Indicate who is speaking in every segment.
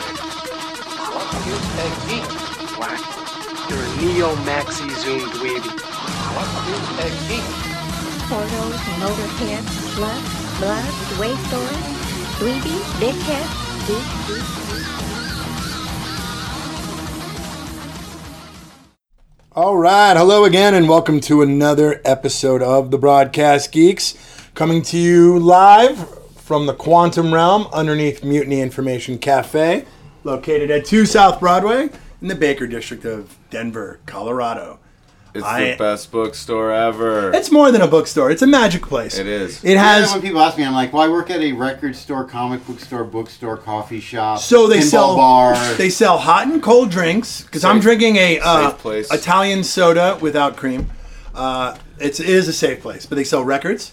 Speaker 1: What is a geek?
Speaker 2: You're a neo maxi zoom dweeby.
Speaker 1: What is a geek?
Speaker 3: Pornos, motorhead, slut, blood, waste storage, 3D, dickhead, geek, geek,
Speaker 4: All right, hello again, and welcome to another episode of the Broadcast Geeks, coming to you live from the Quantum Realm underneath Mutiny Information Cafe, located at 2 South Broadway in the Baker District of Denver, Colorado.
Speaker 5: It's
Speaker 4: I-
Speaker 5: the best bookstore ever.
Speaker 4: It's more than a bookstore, it's a magic place.
Speaker 5: It is.
Speaker 4: It has.
Speaker 6: when people ask me, I'm like, "Well, I work at a record store, comic book store, bookstore, coffee shop,
Speaker 4: So they
Speaker 6: pinball
Speaker 4: sell
Speaker 6: bar."
Speaker 4: they sell hot and cold drinks because I'm
Speaker 5: Safe-
Speaker 4: drinking a uh,
Speaker 5: safe place.
Speaker 4: Italian soda without cream. Uh, it's- it is a safe place, but they sell records,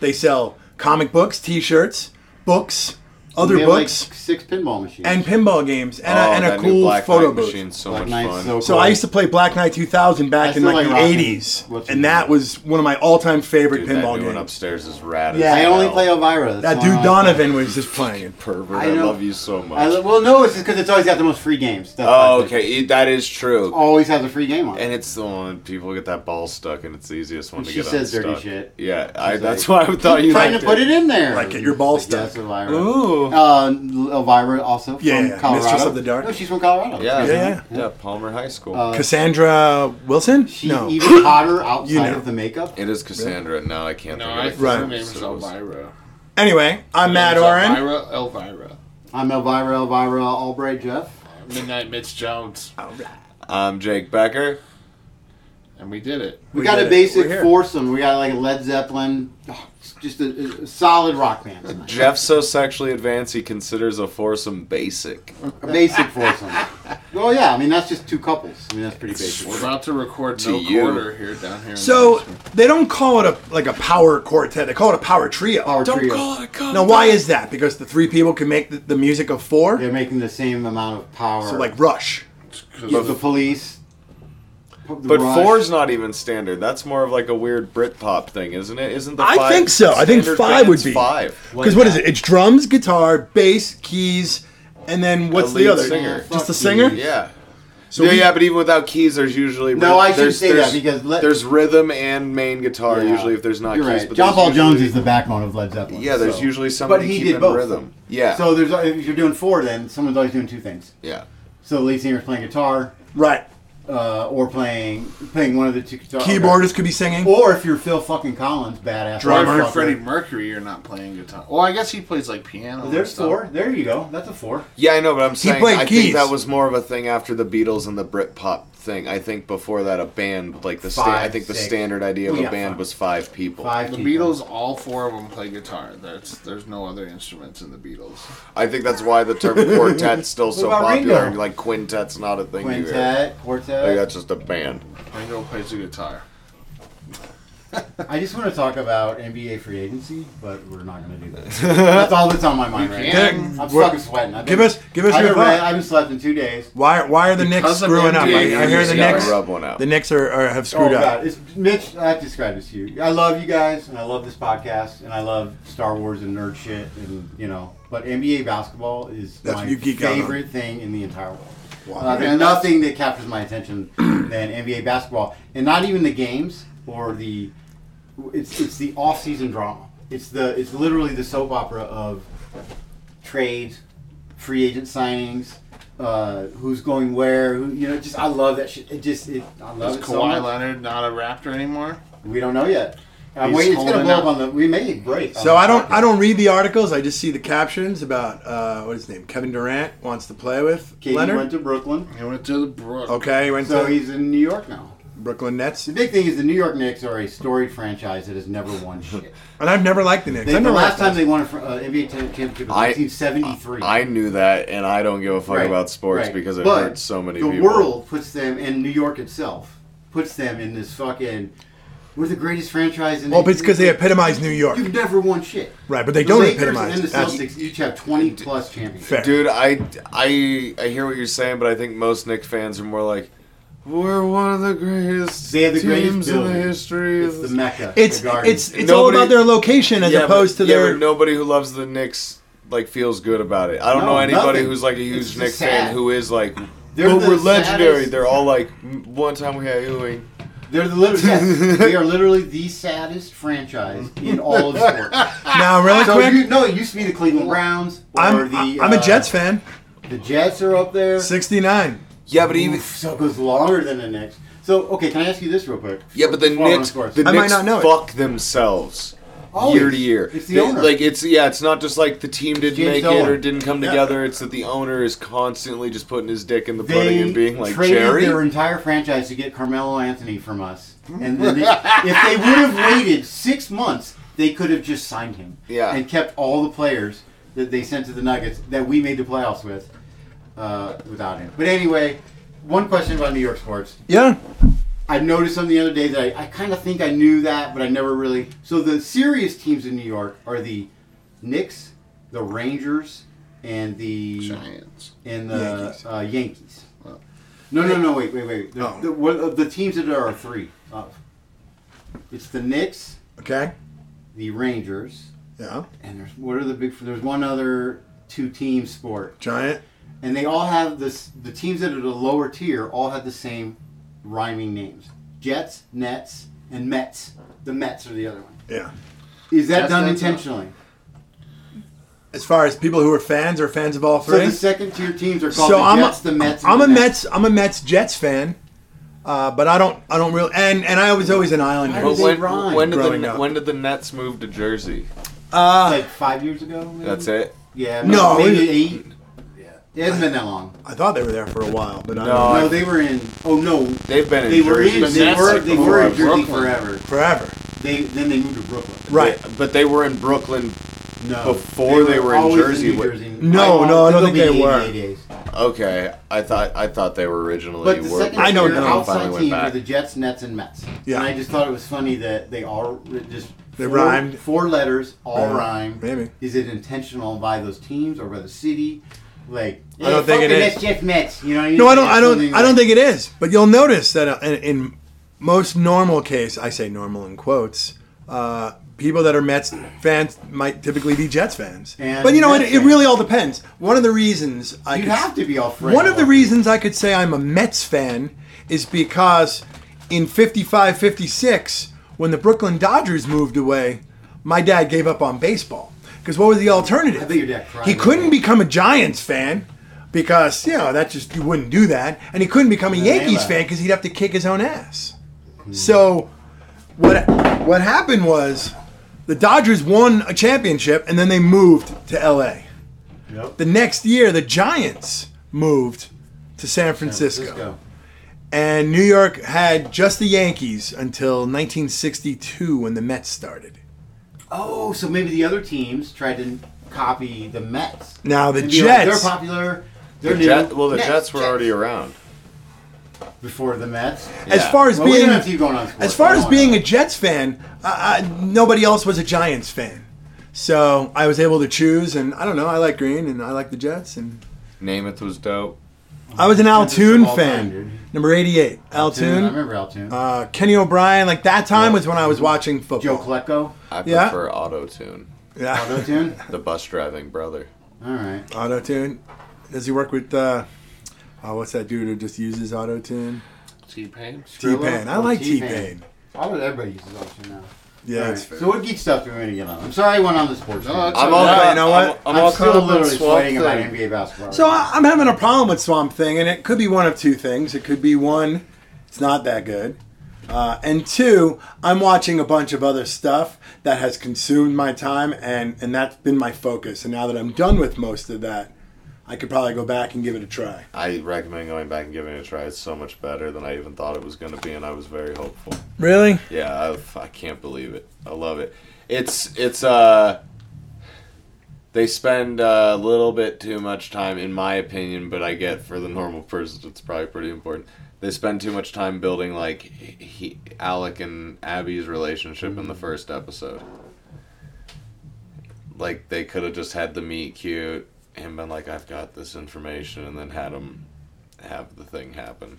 Speaker 4: they sell comic books, T-shirts, books, other
Speaker 6: we have
Speaker 4: books,
Speaker 6: like six pinball machines.
Speaker 4: and pinball games, and
Speaker 5: Oh,
Speaker 4: a, and a
Speaker 5: that new
Speaker 4: cool
Speaker 5: Black
Speaker 4: photo
Speaker 5: Knight
Speaker 4: booth.
Speaker 5: machine's so
Speaker 6: Black
Speaker 5: much
Speaker 6: Knight's
Speaker 5: fun.
Speaker 6: so
Speaker 4: So I used to play Black Knight 2000 back
Speaker 6: I
Speaker 4: in
Speaker 6: still
Speaker 4: like,
Speaker 6: like Rock
Speaker 4: the
Speaker 6: Band.
Speaker 4: 80s,
Speaker 6: What's
Speaker 4: and
Speaker 6: your
Speaker 4: that
Speaker 6: name?
Speaker 4: was one of my all-time favorite
Speaker 5: Dude, that
Speaker 4: pinball
Speaker 5: new one
Speaker 4: games.
Speaker 5: upstairs is rad.
Speaker 4: Yeah.
Speaker 5: as
Speaker 6: I only
Speaker 5: hell.
Speaker 6: play Elvira.
Speaker 4: That
Speaker 6: That's the
Speaker 4: dude
Speaker 6: one I like.
Speaker 4: Donovan was just playing it.
Speaker 5: pervert.
Speaker 6: I
Speaker 5: I,
Speaker 6: know.
Speaker 5: love you so much.
Speaker 6: I, li- well, no, it's because it's always got the most free games. That's
Speaker 5: oh,
Speaker 6: why I think.
Speaker 5: okay, it- that is true.
Speaker 6: Always has a free game on. it.
Speaker 5: And it's the one people get that ball stuck, and it's the easiest one
Speaker 6: And
Speaker 5: to
Speaker 6: she
Speaker 5: get
Speaker 6: says dirty
Speaker 5: unstuck.
Speaker 6: shit.
Speaker 5: Yeah, I,
Speaker 6: She's
Speaker 5: that's
Speaker 6: like,
Speaker 5: why I thought you
Speaker 6: trying to
Speaker 5: liked
Speaker 6: put it in there.
Speaker 4: Like, get your ball
Speaker 6: It's like,
Speaker 4: stuck.
Speaker 6: Yes, Elvira.
Speaker 4: Ooh.
Speaker 6: Uh, Elvira also
Speaker 4: Yeah,
Speaker 6: from
Speaker 4: yeah,
Speaker 6: Colorado.
Speaker 4: Mistress of the Dark.
Speaker 6: No, she's from Colorado.
Speaker 5: Yeah,
Speaker 4: Yeah.
Speaker 5: yeah, Palmer High School.
Speaker 6: Uh,
Speaker 4: Cassandra Wilson?
Speaker 6: She's
Speaker 4: no.
Speaker 6: even hotter outside
Speaker 4: You know.
Speaker 6: of the makeup.
Speaker 5: it is Cassandra. Now I can't.
Speaker 7: No, I
Speaker 5: think of
Speaker 7: think
Speaker 5: it.
Speaker 4: Right.
Speaker 7: her name is Elvira.
Speaker 4: Anyway, I'm Matt
Speaker 7: It's
Speaker 4: Oren.
Speaker 7: Elvira, Elvira.
Speaker 6: I'm Elvira, Elvira Albright, Jeff.
Speaker 7: Midnight Mitch Jones.
Speaker 5: I'm Jake Becker.
Speaker 7: And we did it.
Speaker 6: We, got
Speaker 4: did
Speaker 6: a
Speaker 4: it.
Speaker 6: basic
Speaker 4: We're here.
Speaker 6: foursome. We got like a Led Zeppelin, oh, just a, a solid rock band. tonight.
Speaker 5: Jeff's so sexually advanced he considers a foursome basic.
Speaker 6: A basic foursome. well, yeah. I mean, that's just two couples. I mean, that's pretty basic.
Speaker 7: We're about to record
Speaker 5: To
Speaker 7: No
Speaker 5: you.
Speaker 7: Quarter here down here. in the
Speaker 4: So
Speaker 7: basement.
Speaker 4: they don't call it a like a power quartet. They call it a power trio.
Speaker 6: Power
Speaker 4: Don't-
Speaker 6: trio.
Speaker 5: it a
Speaker 4: Now, why is that? Because the three people can make the, the music of four.
Speaker 6: They're making the same amount of power.
Speaker 4: So like Rush.
Speaker 7: 'Cause
Speaker 6: of the police. The
Speaker 5: But
Speaker 6: Rush.
Speaker 5: four's not even standard. That's more of like a weird Britpop thing, isn't it? Isn't the
Speaker 4: I
Speaker 5: five
Speaker 4: think so. I think
Speaker 5: standard
Speaker 4: five would
Speaker 5: band's
Speaker 4: be.
Speaker 5: five.
Speaker 4: Because what is it? It's drums, guitar, bass, keys, and then what's
Speaker 5: lead
Speaker 4: the other?
Speaker 5: singer.
Speaker 4: Just the
Speaker 6: Fuck
Speaker 4: singer.
Speaker 6: me.
Speaker 5: Yeah.
Speaker 4: So
Speaker 5: yeah,
Speaker 4: we-
Speaker 5: yeah, but even without keys, there's usually
Speaker 6: No, I shouldn't
Speaker 5: there's-
Speaker 6: say that
Speaker 5: there's-
Speaker 6: because let-
Speaker 5: there's rhythm and main guitar
Speaker 6: Yeah.
Speaker 5: usually if there's not
Speaker 6: You're
Speaker 5: keys.
Speaker 6: right.
Speaker 5: But
Speaker 6: John
Speaker 5: there's
Speaker 6: Paul Jones
Speaker 5: usually-
Speaker 6: is the backbone of Led Zeppelin.
Speaker 5: Yeah, there's
Speaker 6: so.
Speaker 5: usually somebody
Speaker 6: But he
Speaker 5: keeping
Speaker 6: did both.
Speaker 5: rhythm. Yeah.
Speaker 6: So there's uh, if you're doing four, then someone's always doing two things.
Speaker 5: yeah.
Speaker 6: So the lead singer's playing guitar,
Speaker 4: Right.
Speaker 6: uh, or playing playing one of the two guitars.
Speaker 4: Keyboardist could be singing.
Speaker 6: Oh, Or if you're Phil fucking Collins, badass.
Speaker 7: Or if
Speaker 4: drummer.
Speaker 7: you're
Speaker 6: motherfucker.
Speaker 7: Freddie Mercury, you're not playing guitar. Well, I guess he plays like piano. and
Speaker 6: There's
Speaker 7: stuff.
Speaker 6: four. There you go. That's a four.
Speaker 5: Yeah, I know, but I'm saying
Speaker 4: played
Speaker 5: I
Speaker 4: keys.
Speaker 5: think that was more of a thing after the Beatles and the Britpop thing. I think before that, a band like the sta-
Speaker 6: Five,
Speaker 5: I think the
Speaker 6: six.
Speaker 5: standard idea of
Speaker 6: Well, yeah,
Speaker 5: a band
Speaker 6: five.
Speaker 5: was five people.
Speaker 6: Five.
Speaker 7: The
Speaker 6: people.
Speaker 7: Beatles, all four of them play guitar. That's there's no other instruments in the Beatles.
Speaker 5: I think that's why the term quartet's still so
Speaker 6: about
Speaker 5: popular.
Speaker 6: Ringo?
Speaker 5: Like quintet's not a thing. you hear.
Speaker 6: Quintet,
Speaker 5: Like
Speaker 6: quartet.
Speaker 5: that's just a band.
Speaker 7: Ringo plays the guitar.
Speaker 6: I just want to talk about NBA free agency, but we're not going to do that. that's all that's on my mind
Speaker 7: You
Speaker 6: right
Speaker 7: can.
Speaker 6: now. I'm
Speaker 4: We're-
Speaker 6: fucking sweating. I've
Speaker 4: Give
Speaker 6: been-
Speaker 4: us- give us
Speaker 6: I
Speaker 4: your
Speaker 6: haven't read-
Speaker 4: thought.
Speaker 6: I haven't slept in two days.
Speaker 4: Why? Why are the Knicks
Speaker 7: Because of
Speaker 4: screwing up?
Speaker 7: NBA,
Speaker 4: I, I
Speaker 7: you
Speaker 4: hear
Speaker 7: just
Speaker 4: the
Speaker 5: gotta
Speaker 4: Knicks.
Speaker 5: rub one out.
Speaker 4: The Knicks are, are have screwed
Speaker 6: oh,
Speaker 4: up.
Speaker 6: God. It's, Mitch, I have to describe this to you. I love you guys, and I love this podcast, and I love Star Wars and nerd shit, and you know. But NBA basketball is
Speaker 4: That's
Speaker 6: my
Speaker 4: what you geek out on.
Speaker 6: favorite thing in the entire world. Uh, there's nothing that captures my attention than NBA basketball, and not even the games or the. It's it's the off-season drama. It's the it's literally the soap opera of trades, free agent signings. Uh, who's going where? Who, you know, just I love that shit. It just, it, I love
Speaker 7: Is
Speaker 6: it
Speaker 7: Kawhi
Speaker 6: so much.
Speaker 7: Leonard not a Raptor anymore?
Speaker 6: We don't know yet. I'm
Speaker 7: He's
Speaker 6: waiting. It's gonna
Speaker 7: holding
Speaker 6: blow up
Speaker 7: out.
Speaker 6: on the. We may break.
Speaker 4: So I don't I don't read the articles. I just see the captions about uh, what is his name? Kevin Durant wants to play with
Speaker 6: Katie
Speaker 4: Leonard.
Speaker 6: went to Brooklyn,
Speaker 7: He went to the Brook.
Speaker 4: okay, he went
Speaker 6: so
Speaker 4: to
Speaker 6: he's in New York now.
Speaker 4: Brooklyn Nets.
Speaker 6: The big thing is the New York Knicks are a storied franchise that has never won shit.
Speaker 4: And I've never liked the Knicks.
Speaker 6: They,
Speaker 4: I
Speaker 6: the
Speaker 4: never liked
Speaker 6: last time
Speaker 4: them.
Speaker 6: they won an uh, NBA t- championship was
Speaker 5: I-
Speaker 6: 1973.
Speaker 5: I knew that, and I don't give a fuck
Speaker 6: Right,
Speaker 5: about sports
Speaker 6: right.
Speaker 5: because it
Speaker 6: But
Speaker 5: hurts so many
Speaker 6: the
Speaker 5: people.
Speaker 6: world puts them, and New York itself puts them in this fucking. We're the greatest franchise in.
Speaker 4: Well, but it's because they epitomize New York.
Speaker 6: You've never won shit.
Speaker 4: Right, but they
Speaker 6: The
Speaker 4: don't
Speaker 6: Lakers
Speaker 4: epitomize
Speaker 6: And the
Speaker 4: it. That's
Speaker 6: Celtics each have 20 plus championships.
Speaker 4: fair.
Speaker 5: Dude, I, I, I hear what you're saying, but I think most Knicks fans are more like, we're one of the greatest
Speaker 6: They have the
Speaker 5: teams
Speaker 6: greatest
Speaker 5: in the
Speaker 6: building.
Speaker 5: history.
Speaker 6: It's
Speaker 5: of
Speaker 6: the
Speaker 5: this-
Speaker 6: mecca.
Speaker 4: It's
Speaker 6: the garden.
Speaker 4: it's it's all
Speaker 5: Nobody-
Speaker 4: about their location as
Speaker 5: Yeah, but-
Speaker 4: opposed to
Speaker 5: yeah,
Speaker 4: their.
Speaker 5: but nobody who loves the Knicks like feels good about it. I don't
Speaker 6: No,
Speaker 5: know anybody
Speaker 6: nothing.
Speaker 5: who's like a
Speaker 6: It's
Speaker 5: huge
Speaker 6: just
Speaker 5: Knicks
Speaker 6: sad.
Speaker 5: fan who is like,
Speaker 6: They're
Speaker 5: but
Speaker 6: the
Speaker 5: we're legendary.
Speaker 6: saddest-
Speaker 5: They're all like, "Mm, one time we had Ewing.
Speaker 6: They're the literally, yes, they are literally the saddest franchise in all of sports.
Speaker 4: now, really
Speaker 6: Ah, so
Speaker 4: quick,
Speaker 6: you, no, it used to be the Cleveland Browns or
Speaker 4: I'm
Speaker 6: the.
Speaker 4: I'm
Speaker 6: uh,
Speaker 4: a Jets fan.
Speaker 6: The Jets are up there.
Speaker 4: Sixty nine.
Speaker 5: Yeah, but even
Speaker 6: So it goes longer than the Knicks. So okay, can I ask you this real quick?
Speaker 5: yeah, but the
Speaker 6: Before I run
Speaker 5: Knicks,
Speaker 6: scores.
Speaker 5: the
Speaker 4: I might
Speaker 5: Knicks
Speaker 4: not know it.
Speaker 5: fuck themselves.
Speaker 6: Always.
Speaker 5: Year to year,
Speaker 6: It's the
Speaker 5: They-
Speaker 6: owner.
Speaker 5: like it's yeah, it's not just like the team didn't
Speaker 6: James
Speaker 5: make it
Speaker 6: Dolan.
Speaker 5: or didn't come together. It's that the owner is constantly just putting his dick in the pudding
Speaker 6: they
Speaker 5: and being like
Speaker 6: traded
Speaker 5: Jerry.
Speaker 6: their entire franchise to get Carmelo Anthony from us, and then they, if they would have waited six months, they could have just signed him.
Speaker 5: Yeah.
Speaker 6: and kept all the players that they sent to the Nuggets that we made the playoffs with, uh, without him. But anyway, one question about New York sports.
Speaker 4: Yeah.
Speaker 6: I noticed something the other day that I, I kind of think I knew that, but I never really. So the serious teams in New York are the Knicks, the Rangers, and the
Speaker 7: Giants.
Speaker 6: and the
Speaker 4: Yankees. Oh.
Speaker 6: Yankees. Uh, Yankees. No, no, no! Wait, wait, wait! The,
Speaker 4: No.
Speaker 6: the, what, uh, the teams that there are three of. It's the Knicks,
Speaker 4: Okay.
Speaker 6: the Rangers,
Speaker 4: Yeah.
Speaker 6: and there's what are the big? There's one other two team sport,
Speaker 4: Giant.
Speaker 6: and they all have this. The teams that are the lower tier all have the same rhyming names: Jets, Nets, and Mets. The Mets are the other one.
Speaker 4: Yeah.
Speaker 6: Is that
Speaker 7: Jets,
Speaker 6: done
Speaker 7: Nets,
Speaker 6: intentionally?
Speaker 4: As far as people who are fans or fans of all
Speaker 6: So
Speaker 4: three.
Speaker 6: the second tier teams are called
Speaker 4: So
Speaker 6: the
Speaker 4: I'm
Speaker 6: Jets,
Speaker 4: a,
Speaker 6: the Mets. and
Speaker 4: I'm
Speaker 6: the
Speaker 4: a Mets. I'm a Mets Jets fan. Uh, but I don't. I don't really. And and I was always an Islander.
Speaker 6: Why
Speaker 5: But
Speaker 6: do they
Speaker 5: when,
Speaker 6: rhyme?
Speaker 5: when did
Speaker 4: Growing
Speaker 5: the
Speaker 4: up.
Speaker 5: when did the Nets move to Jersey?
Speaker 6: Like five years ago. maybe?
Speaker 5: That's it.
Speaker 6: Yeah,
Speaker 4: No,
Speaker 6: no, maybe
Speaker 4: it-
Speaker 6: eight. It hasn't been that long.
Speaker 4: I thought they were there for a while, but I
Speaker 5: No,
Speaker 4: don't know.
Speaker 5: I-
Speaker 6: No, they were in. Oh no,
Speaker 5: They've been in
Speaker 6: they were
Speaker 5: Jersey.
Speaker 6: in.
Speaker 7: But
Speaker 6: They
Speaker 7: that's
Speaker 6: were.
Speaker 7: like
Speaker 6: They
Speaker 7: before
Speaker 6: were in Jersey
Speaker 7: Brooklyn.
Speaker 6: forever.
Speaker 4: forever.
Speaker 6: They then they moved to Brooklyn.
Speaker 4: Right.
Speaker 5: But they were in Brooklyn.
Speaker 6: No,
Speaker 5: Before they were in
Speaker 6: always
Speaker 5: Jersey,
Speaker 6: New
Speaker 5: what-
Speaker 4: No,
Speaker 6: I-
Speaker 4: no, I don't
Speaker 6: they'll
Speaker 4: think they
Speaker 6: be
Speaker 4: were.
Speaker 6: 88 days.
Speaker 5: Okay, I thought I thought they were originally.
Speaker 6: But the
Speaker 5: were
Speaker 6: second
Speaker 4: I don't
Speaker 6: tier
Speaker 4: know.
Speaker 5: Finally
Speaker 6: outside
Speaker 5: went
Speaker 6: teams
Speaker 5: back.
Speaker 6: are the Jets, Nets, and Mets.
Speaker 4: Yeah.
Speaker 6: and I just thought it was funny that they all r- just
Speaker 4: They
Speaker 6: four,
Speaker 4: rhymed.
Speaker 6: four letters, all
Speaker 4: Yeah,
Speaker 6: rhyme.
Speaker 4: maybe.
Speaker 6: is it intentional by those teams or by the city? Like
Speaker 4: I don't
Speaker 6: eh,
Speaker 4: think
Speaker 6: fuck
Speaker 4: it
Speaker 6: the
Speaker 4: is.
Speaker 6: Nets, Jets, Mets. You know, what mean?
Speaker 4: No, I don't.
Speaker 6: It's
Speaker 4: I
Speaker 6: something
Speaker 4: don't. I don't
Speaker 6: like-
Speaker 4: think it is. But you'll notice that uh, in, in most normal case, I say normal in quotes, uh, people that are Mets fans might typically be Jets fans.
Speaker 6: And
Speaker 4: but you know, it,
Speaker 6: Mets
Speaker 4: it
Speaker 6: fans.
Speaker 4: really all depends. One of the reasons I
Speaker 6: You
Speaker 4: could-
Speaker 6: have to be all friends.
Speaker 4: one of the reasons I could say I'm a Mets fan is because in 55 56, when the Brooklyn Dodgers moved away, my dad gave up on baseball. Because what was the alternative?
Speaker 6: I bet your dad cried
Speaker 4: he
Speaker 6: right
Speaker 4: couldn't
Speaker 6: now.
Speaker 4: become a Giants fan because, you know, that just, you wouldn't do that. And he couldn't become a
Speaker 6: they
Speaker 4: Yankees
Speaker 6: left. Hmm.
Speaker 4: fan because he'd have to kick his own ass. So what, what happened was the Dodgers won a championship and then they moved to LA.
Speaker 6: Yep.
Speaker 4: The next year, the Giants moved to San Francisco.
Speaker 6: Francisco.
Speaker 4: And New York had just the Yankees until 1962 when the Mets started.
Speaker 6: Oh, so maybe the other teams tried to copy the Mets.
Speaker 4: Now the
Speaker 6: And be like,
Speaker 4: Jets-
Speaker 6: they're popular. They're
Speaker 5: The
Speaker 6: new.
Speaker 5: Jet, well, the
Speaker 6: Mets,
Speaker 5: Jets were already around.
Speaker 6: before the Mets.
Speaker 4: As
Speaker 5: Yeah.
Speaker 4: far as
Speaker 6: Well, we
Speaker 4: being
Speaker 6: don't have to keep going on sports.
Speaker 4: as far
Speaker 6: Go
Speaker 4: as
Speaker 6: on.
Speaker 4: being a Jets fan, uh, uh, nobody else was a Giants fan. So I was able to choose, and I don't know. I like green, and I like the Jets, and
Speaker 5: Namath was dope.
Speaker 4: I was an
Speaker 6: Oh, Jets are
Speaker 4: Altoon
Speaker 6: all
Speaker 4: fan,
Speaker 6: time, dude.
Speaker 4: number eighty-eight.
Speaker 6: Altoon, I
Speaker 4: Altoon,
Speaker 6: remember Altoon.
Speaker 4: uh, Kenny O'Brien. Like that time was when I was watching football.
Speaker 6: Joe Klecko.
Speaker 5: I
Speaker 4: Yeah.
Speaker 5: prefer auto tune.
Speaker 4: Yeah,
Speaker 6: Autotune.
Speaker 5: The bus driving brother.
Speaker 6: All right.
Speaker 4: auto tune. Does he work with? Uh, oh, what's that dude who just uses auto tune?
Speaker 7: T Pain.
Speaker 4: T
Speaker 6: Skrilla
Speaker 4: Pain. I
Speaker 6: or
Speaker 4: like T
Speaker 6: Oh, T-Pain?
Speaker 4: Pain.
Speaker 6: Why would everybody use Altoon now?
Speaker 4: Yeah,
Speaker 6: All
Speaker 4: that's
Speaker 6: right.
Speaker 4: fair.
Speaker 6: So what geek stuff do we want to get on? I'm sorry I went on the sports.
Speaker 7: No,
Speaker 6: tangent.
Speaker 7: that's
Speaker 5: I'm
Speaker 7: all
Speaker 5: all
Speaker 7: right.
Speaker 5: caught,
Speaker 4: you know what?
Speaker 5: I'm,
Speaker 6: I'm,
Speaker 5: all caught
Speaker 6: still
Speaker 5: up in
Speaker 6: literally
Speaker 5: Swamp
Speaker 6: sweating about
Speaker 5: Thing.
Speaker 6: NBA basketball.
Speaker 4: So I, I'm having a problem with Swamp Thing, and it could be one of two things. It could be one, it's not that good, uh, and two, I'm watching a bunch of other stuff that has consumed my time, and and that's been my focus. And now that I'm done with most of that, I could probably go back and give it a try.
Speaker 5: I recommend going back and giving it a try. It's so much better than I even thought it was going to be, and I was very hopeful.
Speaker 4: Really?
Speaker 5: Yeah, I've, I can't believe it. I love it. It's it's uh they spend uh, a little bit too much time in my opinion, but I get for the normal person it's probably pretty important. They spend too much time building like he, Alec and Abby's relationship in the first episode. Like they could have just had the meet cute and been like I've got this information and then had them have the thing happen.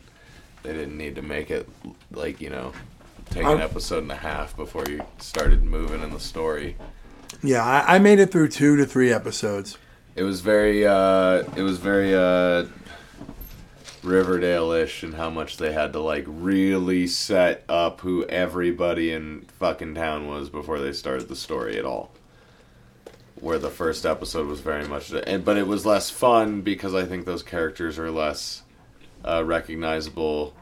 Speaker 5: They didn't need to make it like, you know, take an
Speaker 4: I'm-
Speaker 5: episode and a half before you started moving in the story.
Speaker 4: Yeah, I, I made it through two to three episodes.
Speaker 5: It was very, uh, it was very uh, Riverdale-ish in how much they had to like really set up who everybody in fucking town was before they started the story at all. Where the first episode was very much, and but it was less fun because I think those characters are less uh, recognizable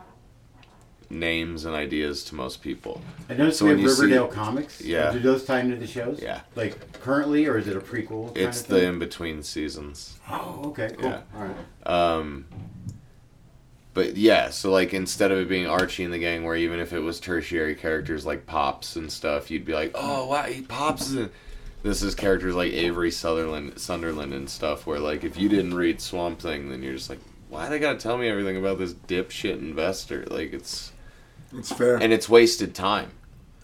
Speaker 5: names and ideas to most people.
Speaker 6: I noticed
Speaker 5: So
Speaker 6: we
Speaker 5: when
Speaker 6: have
Speaker 5: you see-
Speaker 6: Riverdale comics.
Speaker 5: Yeah.
Speaker 6: Do those tie into the shows?
Speaker 5: Yeah.
Speaker 6: Like currently, or is it a prequel? kind
Speaker 5: It's
Speaker 6: of
Speaker 5: the
Speaker 6: thing?
Speaker 5: in between seasons.
Speaker 6: Oh, okay, cool.
Speaker 5: Yeah.
Speaker 6: All right.
Speaker 5: Um, But yeah, so like instead of it being Archie and the gang, where even if it was tertiary characters like Pops and stuff, you'd be like, oh wow, he Pops is. in-" This is characters like Avery Sutherland, Sunderland and stuff, where like if you didn't read Swamp Thing, then you're just like, why they gotta tell me everything about this dipshit investor? Like it's
Speaker 4: It's fair.
Speaker 5: and it's wasted time.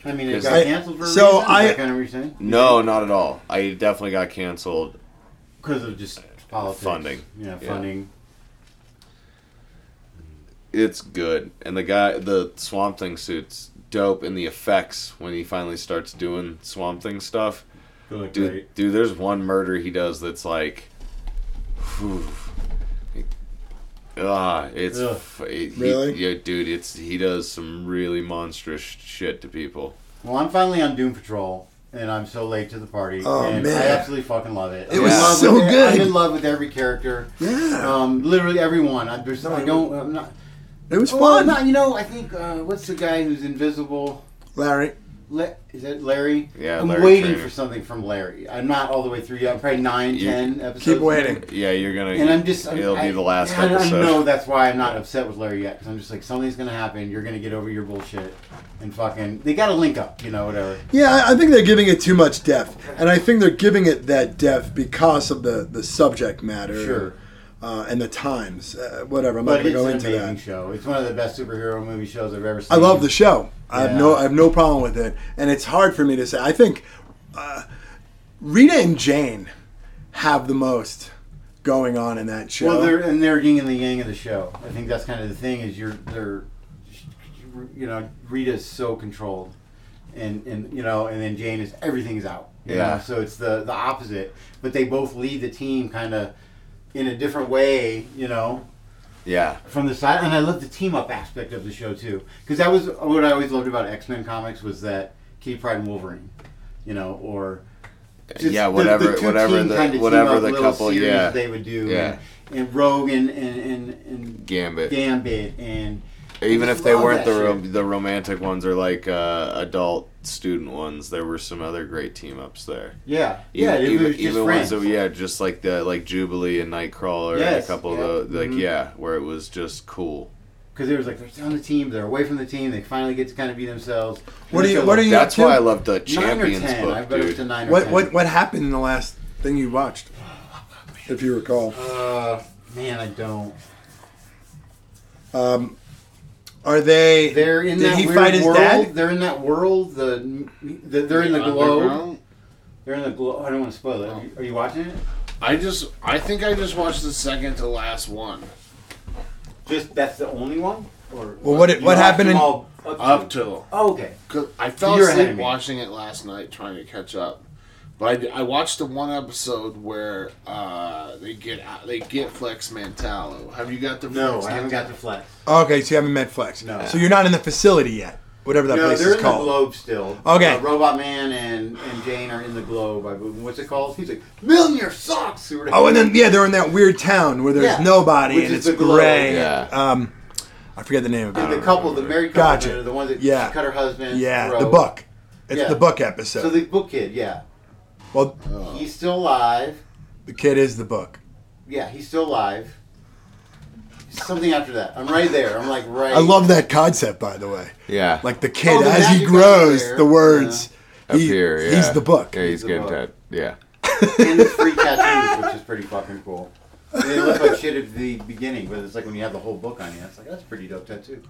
Speaker 6: I mean, it
Speaker 5: Is-
Speaker 6: got
Speaker 5: I-
Speaker 6: canceled for a
Speaker 4: so
Speaker 6: reason.
Speaker 4: I-
Speaker 6: is that kind of what you're saying?
Speaker 5: No, not at all. I definitely got canceled.
Speaker 6: Because of just politics.
Speaker 5: Funding.
Speaker 6: Yeah,
Speaker 5: Yeah.
Speaker 6: funding.
Speaker 5: It's good, and the guy, the Swamp Thing suits dope, and the effects when he finally starts doing Swamp Thing stuff.
Speaker 6: They look
Speaker 5: Dude,
Speaker 6: great.
Speaker 5: dude, there's one murder he does that's like, whew, ah, it's
Speaker 6: Ugh.
Speaker 5: f- it- he-
Speaker 4: Really?
Speaker 5: yeah, dude, it's he does some really monstrous shit to people.
Speaker 6: Well, I'm finally on Doom Patrol, and I'm so late to the party.
Speaker 4: Oh,
Speaker 6: and
Speaker 4: man.
Speaker 6: I absolutely fucking love it.
Speaker 4: It
Speaker 5: was
Speaker 6: I'm in love
Speaker 4: so
Speaker 6: with e-
Speaker 4: good.
Speaker 6: I'm in love with every character.
Speaker 4: yeah,
Speaker 6: Um, literally everyone. I, there's, I don't. I'm not.
Speaker 4: it was
Speaker 6: Well,
Speaker 4: fun.
Speaker 6: not, you know, I think uh, what's the guy who's invisible?
Speaker 4: Larry,
Speaker 6: Le- is that Larry?
Speaker 5: Yeah,
Speaker 6: I'm
Speaker 5: Larry
Speaker 6: waiting
Speaker 5: Kramer.
Speaker 6: for something from Larry. I'm not all the way through yet. I'm probably nine,
Speaker 5: You-
Speaker 6: ten episodes.
Speaker 4: keep waiting.
Speaker 5: Yeah, you're gonna.
Speaker 6: And I'm just. I'm,
Speaker 5: it'll
Speaker 6: I-
Speaker 5: be the last
Speaker 6: I,
Speaker 5: episode.
Speaker 6: I know that's why I'm not upset with Larry yet. Because I'm just like, something's gonna happen. You're gonna get over your bullshit, and fucking, they gotta link up. You know, whatever.
Speaker 4: Yeah, I- I think they're giving it too much depth, and I think they're giving it that depth because of the, the subject matter,
Speaker 6: Sure.
Speaker 4: uh, and the times, uh, whatever. I'm
Speaker 6: But
Speaker 4: not
Speaker 6: it's
Speaker 4: going
Speaker 6: an
Speaker 4: to go
Speaker 6: amazing
Speaker 4: into that.
Speaker 6: show. It's one of the best superhero movie shows I've ever seen.
Speaker 4: I love the show. I have no
Speaker 6: Yeah.
Speaker 4: I have no problem with it, and it's hard for me to say. I think uh, Rita and Jane have the most going on in that show.
Speaker 6: Well, they're and they're yin and the yang of the show. I think that's kind of the thing is you're they're, you know, Rita's so controlled, and and you know, and then Jane is everything's out. you
Speaker 5: Yeah.
Speaker 6: know? So it's the the opposite, but they both lead the team kind of in a different way. You know,
Speaker 5: Yeah,
Speaker 6: from the side, and I love the team up aspect of the show too, because that was what I always loved about X Men comics was that Kitty Pride and Wolverine, you know, or just
Speaker 5: yeah, whatever,
Speaker 6: two
Speaker 5: whatever
Speaker 6: team kinda
Speaker 5: the
Speaker 6: team
Speaker 5: whatever
Speaker 6: up
Speaker 5: the
Speaker 6: little
Speaker 5: couple,
Speaker 6: series
Speaker 5: yeah,
Speaker 6: they would do,
Speaker 5: Yeah.
Speaker 6: and, and Rogue and and and, and
Speaker 5: Gambit.
Speaker 6: Gambit, and
Speaker 5: Even
Speaker 6: I just
Speaker 5: if they
Speaker 6: love
Speaker 5: weren't
Speaker 6: that
Speaker 5: the ro-
Speaker 6: shit.
Speaker 5: the romantic ones or like uh, adult student ones, there were some other great team ups there.
Speaker 6: yeah,
Speaker 5: Even,
Speaker 6: yeah, it
Speaker 5: even,
Speaker 6: was just
Speaker 5: even
Speaker 6: friends.
Speaker 5: ones that, yeah, just like the like Jubilee and Nightcrawler and a
Speaker 6: Yes,
Speaker 5: couple
Speaker 6: yeah.
Speaker 5: of the, like
Speaker 6: Mhm.
Speaker 5: yeah, where it was just cool.
Speaker 6: because they was like they're on the team, they're away from the team, they finally get to kind of be themselves.
Speaker 4: What do you-
Speaker 6: So
Speaker 4: what do you- Yeah,
Speaker 5: That's
Speaker 4: Tim-
Speaker 5: why I love the
Speaker 6: Nine or
Speaker 5: Champions
Speaker 6: ten.
Speaker 5: book,
Speaker 6: I've got up
Speaker 5: dude.
Speaker 6: to nine or
Speaker 4: what
Speaker 6: ten.
Speaker 4: what what happened in the last thing you watched, if you recall?
Speaker 6: Uh, man, I don't.
Speaker 4: Um, are they?
Speaker 6: They're in
Speaker 4: Did
Speaker 6: that
Speaker 4: he
Speaker 6: weird
Speaker 4: fight his
Speaker 6: world.
Speaker 4: dad?
Speaker 6: They're in that world. The, the they're in the glow.
Speaker 7: Underground?
Speaker 6: They're in the glow. I don't want to spoil it. Are you, are you watching it?
Speaker 7: I just, I think I just watched the second to last one,
Speaker 6: Just that's the only one. Or
Speaker 4: Well, what it-
Speaker 6: you
Speaker 4: what
Speaker 6: watched
Speaker 4: happened
Speaker 6: them
Speaker 4: in-
Speaker 6: all up,
Speaker 7: up
Speaker 6: to?
Speaker 7: till.
Speaker 6: Oh, okay.
Speaker 7: Cause I fell
Speaker 6: You're ahead
Speaker 7: asleep
Speaker 6: of me.
Speaker 7: watching it last night, trying to catch up. But I, I watched the one episode where uh, they get out, they get Flex Mantallo. Have you got the?
Speaker 6: No,
Speaker 7: Flex
Speaker 6: I haven't
Speaker 7: Mantallo?
Speaker 6: got the flex.
Speaker 4: Okay, so you haven't met Flex.
Speaker 6: No.
Speaker 4: So you're not in the facility yet, whatever that
Speaker 6: no,
Speaker 4: place
Speaker 6: they're
Speaker 4: is
Speaker 6: in the
Speaker 4: called.
Speaker 6: globe still.
Speaker 4: Okay.
Speaker 6: Uh, Robot Man and, and Jane are in the globe. I, what's it called? He's like millionaire socks. Or
Speaker 4: Oh, and then yeah, they're in that weird town where there's
Speaker 6: Yeah.
Speaker 4: nobody
Speaker 6: Which
Speaker 4: and
Speaker 6: is
Speaker 4: it's
Speaker 6: the glow,
Speaker 4: gray.
Speaker 5: yeah.
Speaker 4: Um, I forget the name of it.
Speaker 6: And the couple, the married couple,
Speaker 4: Gotcha.
Speaker 6: that are the one that
Speaker 4: Yeah.
Speaker 6: cut her husband.
Speaker 4: Yeah, the
Speaker 6: throat.
Speaker 4: book. It's
Speaker 6: Yeah.
Speaker 4: the book episode.
Speaker 6: So the book kid, yeah,
Speaker 4: well,
Speaker 6: Oh. he's still alive.
Speaker 4: the kid is the book.
Speaker 6: yeah, he's still alive. Something after that. I'm right there. I'm like right.
Speaker 4: I love that concept, by the way.
Speaker 5: Yeah.
Speaker 4: Like the kid,
Speaker 6: Oh, the
Speaker 4: as he
Speaker 6: magic
Speaker 4: grows,
Speaker 6: over there.
Speaker 4: the words.
Speaker 5: up
Speaker 4: he-
Speaker 5: here. Yeah.
Speaker 4: He's the book.
Speaker 5: Yeah, he's
Speaker 6: the
Speaker 5: getting
Speaker 6: book. Mm-hmm.
Speaker 5: tat- Yeah.
Speaker 6: and the free tattoos, which is pretty fucking cool. They look like shit at the beginning, but it's like when you have the whole book on you, it's like that's a pretty dope tattoo.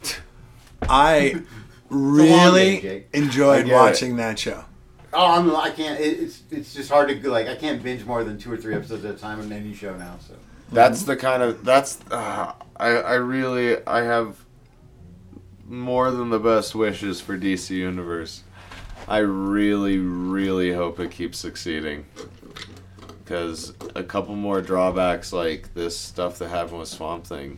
Speaker 4: I
Speaker 6: really game,
Speaker 4: really
Speaker 6: Jake.
Speaker 5: I
Speaker 4: enjoyed
Speaker 5: get it.
Speaker 4: watching that show.
Speaker 6: Oh, I'm, I can't. It, it's it's just hard to like. I can't binge more than two or three episodes at a time on any show now. So
Speaker 5: That's the kind of that's uh, I I really I have more than the best wishes for DC Universe. I really really hope it keeps succeeding. Cuz a couple more drawbacks like this stuff that happened with Swamp Thing.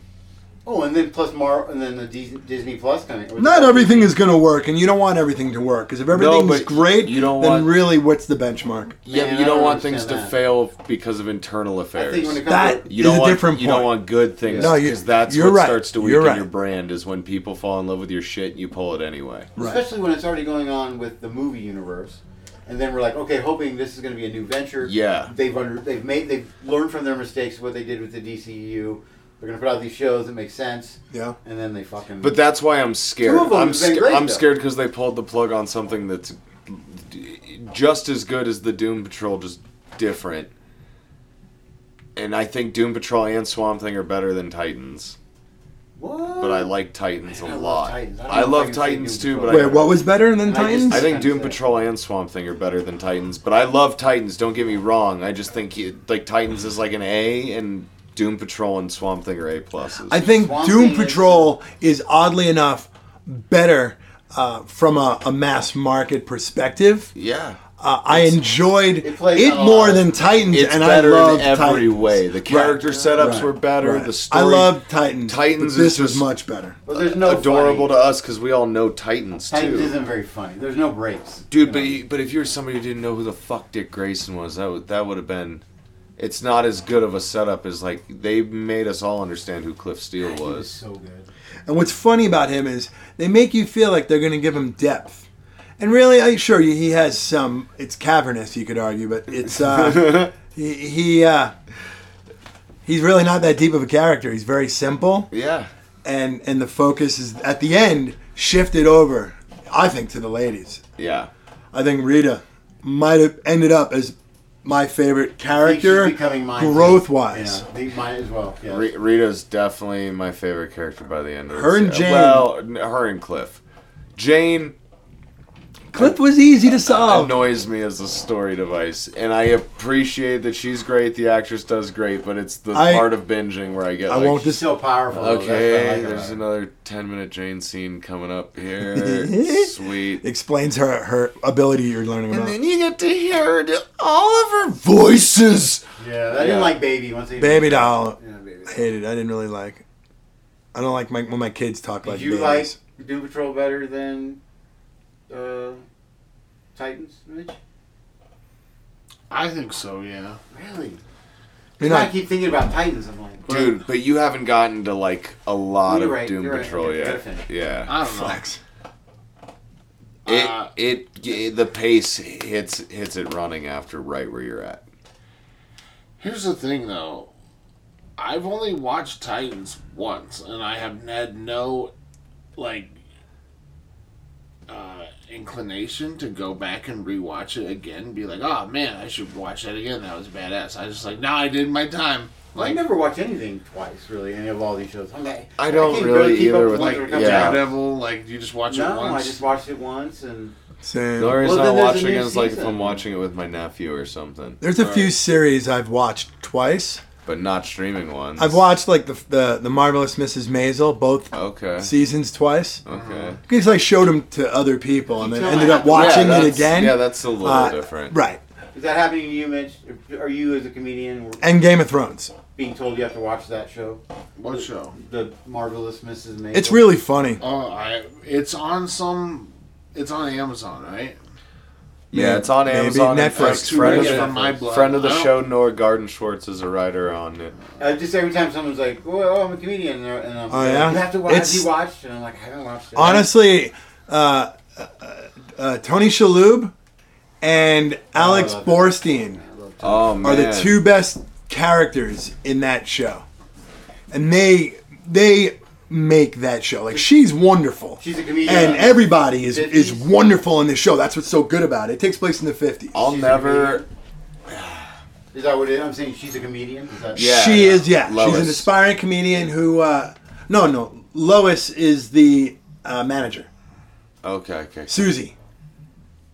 Speaker 6: oh, and then plus more, and then the Dis- Disney Plus coming.
Speaker 4: Not everything is going to work, and you don't want everything to work because if everything's
Speaker 5: but
Speaker 4: great,
Speaker 5: you don't
Speaker 4: then
Speaker 5: want-
Speaker 4: really, what's the benchmark?
Speaker 5: Yeah,
Speaker 6: Man,
Speaker 5: but
Speaker 6: I
Speaker 5: you don't
Speaker 6: don't
Speaker 5: want things to
Speaker 6: understand that.
Speaker 5: fail because of internal
Speaker 6: I
Speaker 5: affairs.
Speaker 6: think when it comes
Speaker 4: That
Speaker 6: to
Speaker 5: you
Speaker 4: is
Speaker 5: don't
Speaker 4: a
Speaker 5: want,
Speaker 4: different
Speaker 5: You
Speaker 4: point.
Speaker 5: don't want good things
Speaker 4: No,
Speaker 5: because
Speaker 4: you-
Speaker 5: that's
Speaker 4: you're
Speaker 5: what
Speaker 4: right.
Speaker 5: starts to
Speaker 4: You're
Speaker 5: weaken
Speaker 4: right.
Speaker 5: your brand is when people fall in love with your shit and you pull it anyway.
Speaker 6: especially when it's already going on with the movie universe, and then we're like, okay, hoping this is going to be a new venture.
Speaker 5: Yeah.
Speaker 6: they've under, they've made they've learned from their mistakes what they did with the DCU. They're going to put out these shows that make sense.
Speaker 4: Yeah.
Speaker 6: and then they fucking.
Speaker 5: But that's why I'm scared.
Speaker 6: Two of 'em
Speaker 5: I'm,
Speaker 6: have been
Speaker 5: sca-
Speaker 6: great,
Speaker 5: I'm
Speaker 6: though.
Speaker 5: scared because they pulled the plug on something that's just as good as the Doom Patrol, just different. And I think Doom Patrol and Swamp Thing are better than Titans.
Speaker 6: What?
Speaker 5: But I like Titans a
Speaker 6: I love
Speaker 5: lot.
Speaker 6: Titans. I don't
Speaker 5: I,
Speaker 6: know if I
Speaker 5: love
Speaker 6: can say
Speaker 5: Titans
Speaker 6: Doom
Speaker 5: too,
Speaker 6: Patrol.
Speaker 5: but I,
Speaker 4: Wait, what was better than
Speaker 6: I just-
Speaker 4: Titans?
Speaker 5: I think Doom
Speaker 6: Titans, yeah.
Speaker 5: Patrol and Swamp Thing are better than Titans. But I love Titans. Don't get me wrong. I just think you, like Titans is like an A, and Doom Patrol and Swamp Thing are A pluses.
Speaker 4: I think
Speaker 6: Swamp
Speaker 4: Doom
Speaker 6: Thing is-
Speaker 4: Patrol is oddly enough better uh, from a, a mass market perspective.
Speaker 5: yeah.
Speaker 4: Uh, I enjoyed it,
Speaker 6: it plays out a
Speaker 4: more
Speaker 6: lot.
Speaker 4: than Titans,
Speaker 5: It's
Speaker 4: and
Speaker 5: better
Speaker 4: I love
Speaker 5: in every
Speaker 4: Titans.
Speaker 5: way. The character
Speaker 4: Right.
Speaker 5: setups
Speaker 4: Right.
Speaker 5: were better.
Speaker 4: Right.
Speaker 5: The story.
Speaker 4: I love Titans.
Speaker 5: Titans
Speaker 4: but this
Speaker 5: is
Speaker 4: was
Speaker 5: just-
Speaker 4: much better.
Speaker 6: But there's no
Speaker 5: adorable
Speaker 6: funny.
Speaker 5: to us because we all know Titans too.
Speaker 6: Titans isn't very funny. There's no breaks,
Speaker 5: Dude,
Speaker 6: you
Speaker 5: but
Speaker 6: know.
Speaker 5: you- but if you're somebody who didn't know who the fuck Dick Grayson was, that would that would have been. It's not as good of a setup as like they made us all understand who Cliff Steele
Speaker 6: It's
Speaker 5: was.
Speaker 6: so good.
Speaker 4: And what's funny about him is they make you feel like they're going to give him depth. And really, I sure he has some. It's cavernous, you could argue, but it's uh, he, he uh, he's really not that deep of a character. He's very simple,
Speaker 5: Yeah,
Speaker 4: and and the focus is at the end shifted over. I think to the ladies.
Speaker 5: yeah.
Speaker 4: I think Rita might have ended up as my favorite
Speaker 6: I think she's
Speaker 4: character,
Speaker 6: becoming mine too.
Speaker 4: growth wise.
Speaker 6: Yeah, I think mine as well. Yeah.
Speaker 5: Ri- Rita's definitely my favorite character by the end of
Speaker 4: Her
Speaker 5: this-
Speaker 4: and Jane.
Speaker 5: Well, n- her and Cliff. Jane
Speaker 4: Cliff was easy to solve.
Speaker 5: annoys me as a story device, and I appreciate that she's great. The actress does great, but it's the
Speaker 4: I-
Speaker 5: part of binging where I get.
Speaker 4: I
Speaker 5: like,
Speaker 4: won't
Speaker 6: She's
Speaker 4: dis-
Speaker 6: so powerful. though. That's what I
Speaker 5: Okay,
Speaker 6: like about
Speaker 5: there's
Speaker 6: her.
Speaker 5: another 10 minute Jane scene coming up here. Sweet.
Speaker 4: explains her her ability you're learning about.
Speaker 5: you get to hear all of her voices.
Speaker 6: Yeah, I didn't
Speaker 5: Yeah.
Speaker 6: like Baby once they
Speaker 4: Baby doll.
Speaker 6: Yeah, baby.
Speaker 4: I hated. it. I didn't really like. it. I don't like my, when my kids talk
Speaker 6: Did
Speaker 4: like
Speaker 6: you
Speaker 4: babies.
Speaker 6: like Doom Patrol better than uh, Titans, Mitch?
Speaker 7: I think so. Yeah.
Speaker 6: Really?
Speaker 4: You're
Speaker 6: I
Speaker 4: not-
Speaker 6: keep thinking about Titans. I'm like,
Speaker 5: Dude, but you haven't gotten to like a lot
Speaker 6: You're
Speaker 5: of
Speaker 6: right,
Speaker 5: Doom
Speaker 6: you're right.
Speaker 5: Patrol
Speaker 6: Okay,
Speaker 5: yet.
Speaker 6: gotta finish.
Speaker 5: Yeah.
Speaker 7: I don't know.
Speaker 4: Flex.
Speaker 5: It,
Speaker 7: Uh,
Speaker 5: it it the pace hits hits it running after right where you're at.
Speaker 7: Here's the thing, though. I've only watched Titans once, and I have had no, like, uh, inclination to go back and rewatch it again. and Be like, oh man, I should watch that again. That was badass. I just like, nah, I did my time.
Speaker 6: I
Speaker 7: Like,
Speaker 6: never watch anything twice, really, any of all these shows. I'm like,
Speaker 5: I don't
Speaker 6: can't
Speaker 5: really
Speaker 6: keep
Speaker 5: either
Speaker 6: up
Speaker 5: with,
Speaker 6: ones
Speaker 7: like
Speaker 6: that
Speaker 5: yeah.
Speaker 6: are coming out.
Speaker 7: Daredevil. Like, you just watch it
Speaker 6: No, I
Speaker 7: once.
Speaker 6: just watched it once, and
Speaker 4: Same.
Speaker 5: The only reason
Speaker 6: then
Speaker 5: I'm
Speaker 6: there's a
Speaker 5: watching
Speaker 6: new
Speaker 5: it is like if
Speaker 6: season.
Speaker 5: I'm watching it with my nephew or something,
Speaker 4: There's a few series I've watched twice.
Speaker 5: but not streaming ones.
Speaker 4: I've watched like the the, the marvelous Mrs. Maisel both
Speaker 5: Okay.
Speaker 4: seasons twice.
Speaker 5: Okay.
Speaker 4: Because I showed them to other people and then
Speaker 6: Yeah,
Speaker 4: ended up watching it again.
Speaker 5: Yeah, that's a little
Speaker 4: Uh,
Speaker 5: different.
Speaker 4: Right.
Speaker 6: is that happening to you, Mitch? Are you as a comedian
Speaker 4: And Game of Thrones.
Speaker 6: being told you have to watch that show,
Speaker 7: What show?
Speaker 6: the marvelous Mrs. Maisel?
Speaker 4: It's really funny.
Speaker 7: Oh, I. It's on some. It's on Amazon, right?
Speaker 5: Yeah, it's on
Speaker 4: Maybe
Speaker 5: Amazon. and
Speaker 4: Netflix.
Speaker 5: Friend, friend of
Speaker 7: It's
Speaker 5: the,
Speaker 7: from my blood.
Speaker 5: friend of the
Speaker 7: I don't-
Speaker 5: show, Nora Garden Schwartz, is a writer on it.
Speaker 6: Uh, just every time someone's like, "Oh, oh, I'm a comedian," and, they're- and I'm
Speaker 4: Oh,
Speaker 6: like,
Speaker 4: yeah?
Speaker 6: "You have to watch."
Speaker 4: It's-
Speaker 6: Have you watched? And I'm like, "I haven't watched it."
Speaker 4: Honestly, uh, uh, uh, Tony Shalhoub and Alex
Speaker 6: love it.
Speaker 4: Borstein
Speaker 5: Oh man!
Speaker 4: are the two best characters in that show, and they they make that show. Like she's wonderful.
Speaker 6: She's a comedian.
Speaker 4: and everybody is is
Speaker 6: 50s.
Speaker 4: wonderful in this show. That's what's so good about it. It takes place in the fifties.
Speaker 5: I'll
Speaker 6: She's
Speaker 5: never.
Speaker 6: Is that what it is? I'm saying she's a comedian? Is that,
Speaker 5: Yeah.
Speaker 4: she is. Yeah, she's
Speaker 5: Lois.
Speaker 4: an aspiring comedian who. Uh, no, no. Lois is the uh, manager.
Speaker 5: Okay, okay.
Speaker 4: Susie.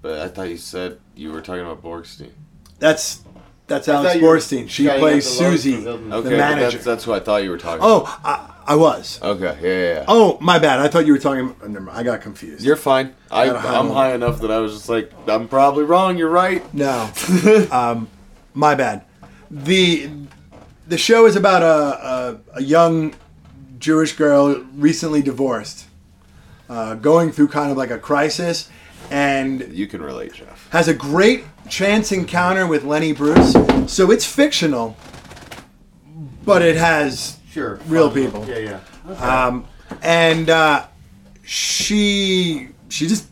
Speaker 5: But I thought you said you were talking about Borgstein.
Speaker 4: That's that's Alex
Speaker 6: thought you were
Speaker 4: Borstein. She
Speaker 6: shouting out
Speaker 4: plays
Speaker 6: the Lois
Speaker 4: Susie,
Speaker 6: from Hilton.
Speaker 5: Okay,
Speaker 4: the
Speaker 5: but
Speaker 4: manager.
Speaker 5: That's, that's who I thought you were talking.
Speaker 4: oh, I, I was.
Speaker 5: about. okay, yeah, yeah. yeah.
Speaker 4: Oh, my bad. I thought you were talking. Never mind. I got confused.
Speaker 5: You're fine. I,
Speaker 4: Got a high
Speaker 5: I'm
Speaker 4: one.
Speaker 5: high enough that I was just like, I'm probably wrong. You're right.
Speaker 4: No, um, my bad. the The show is about a a, a young Jewish girl recently divorced, uh, going through kind of like a crisis, and
Speaker 5: You can relate, Jeff.
Speaker 4: has a great chance encounter with Lenny Bruce. So it's fictional, but it has
Speaker 6: Sure.
Speaker 4: real
Speaker 6: Fine.
Speaker 4: people.
Speaker 6: Yeah, yeah.
Speaker 4: Um, and uh, she she just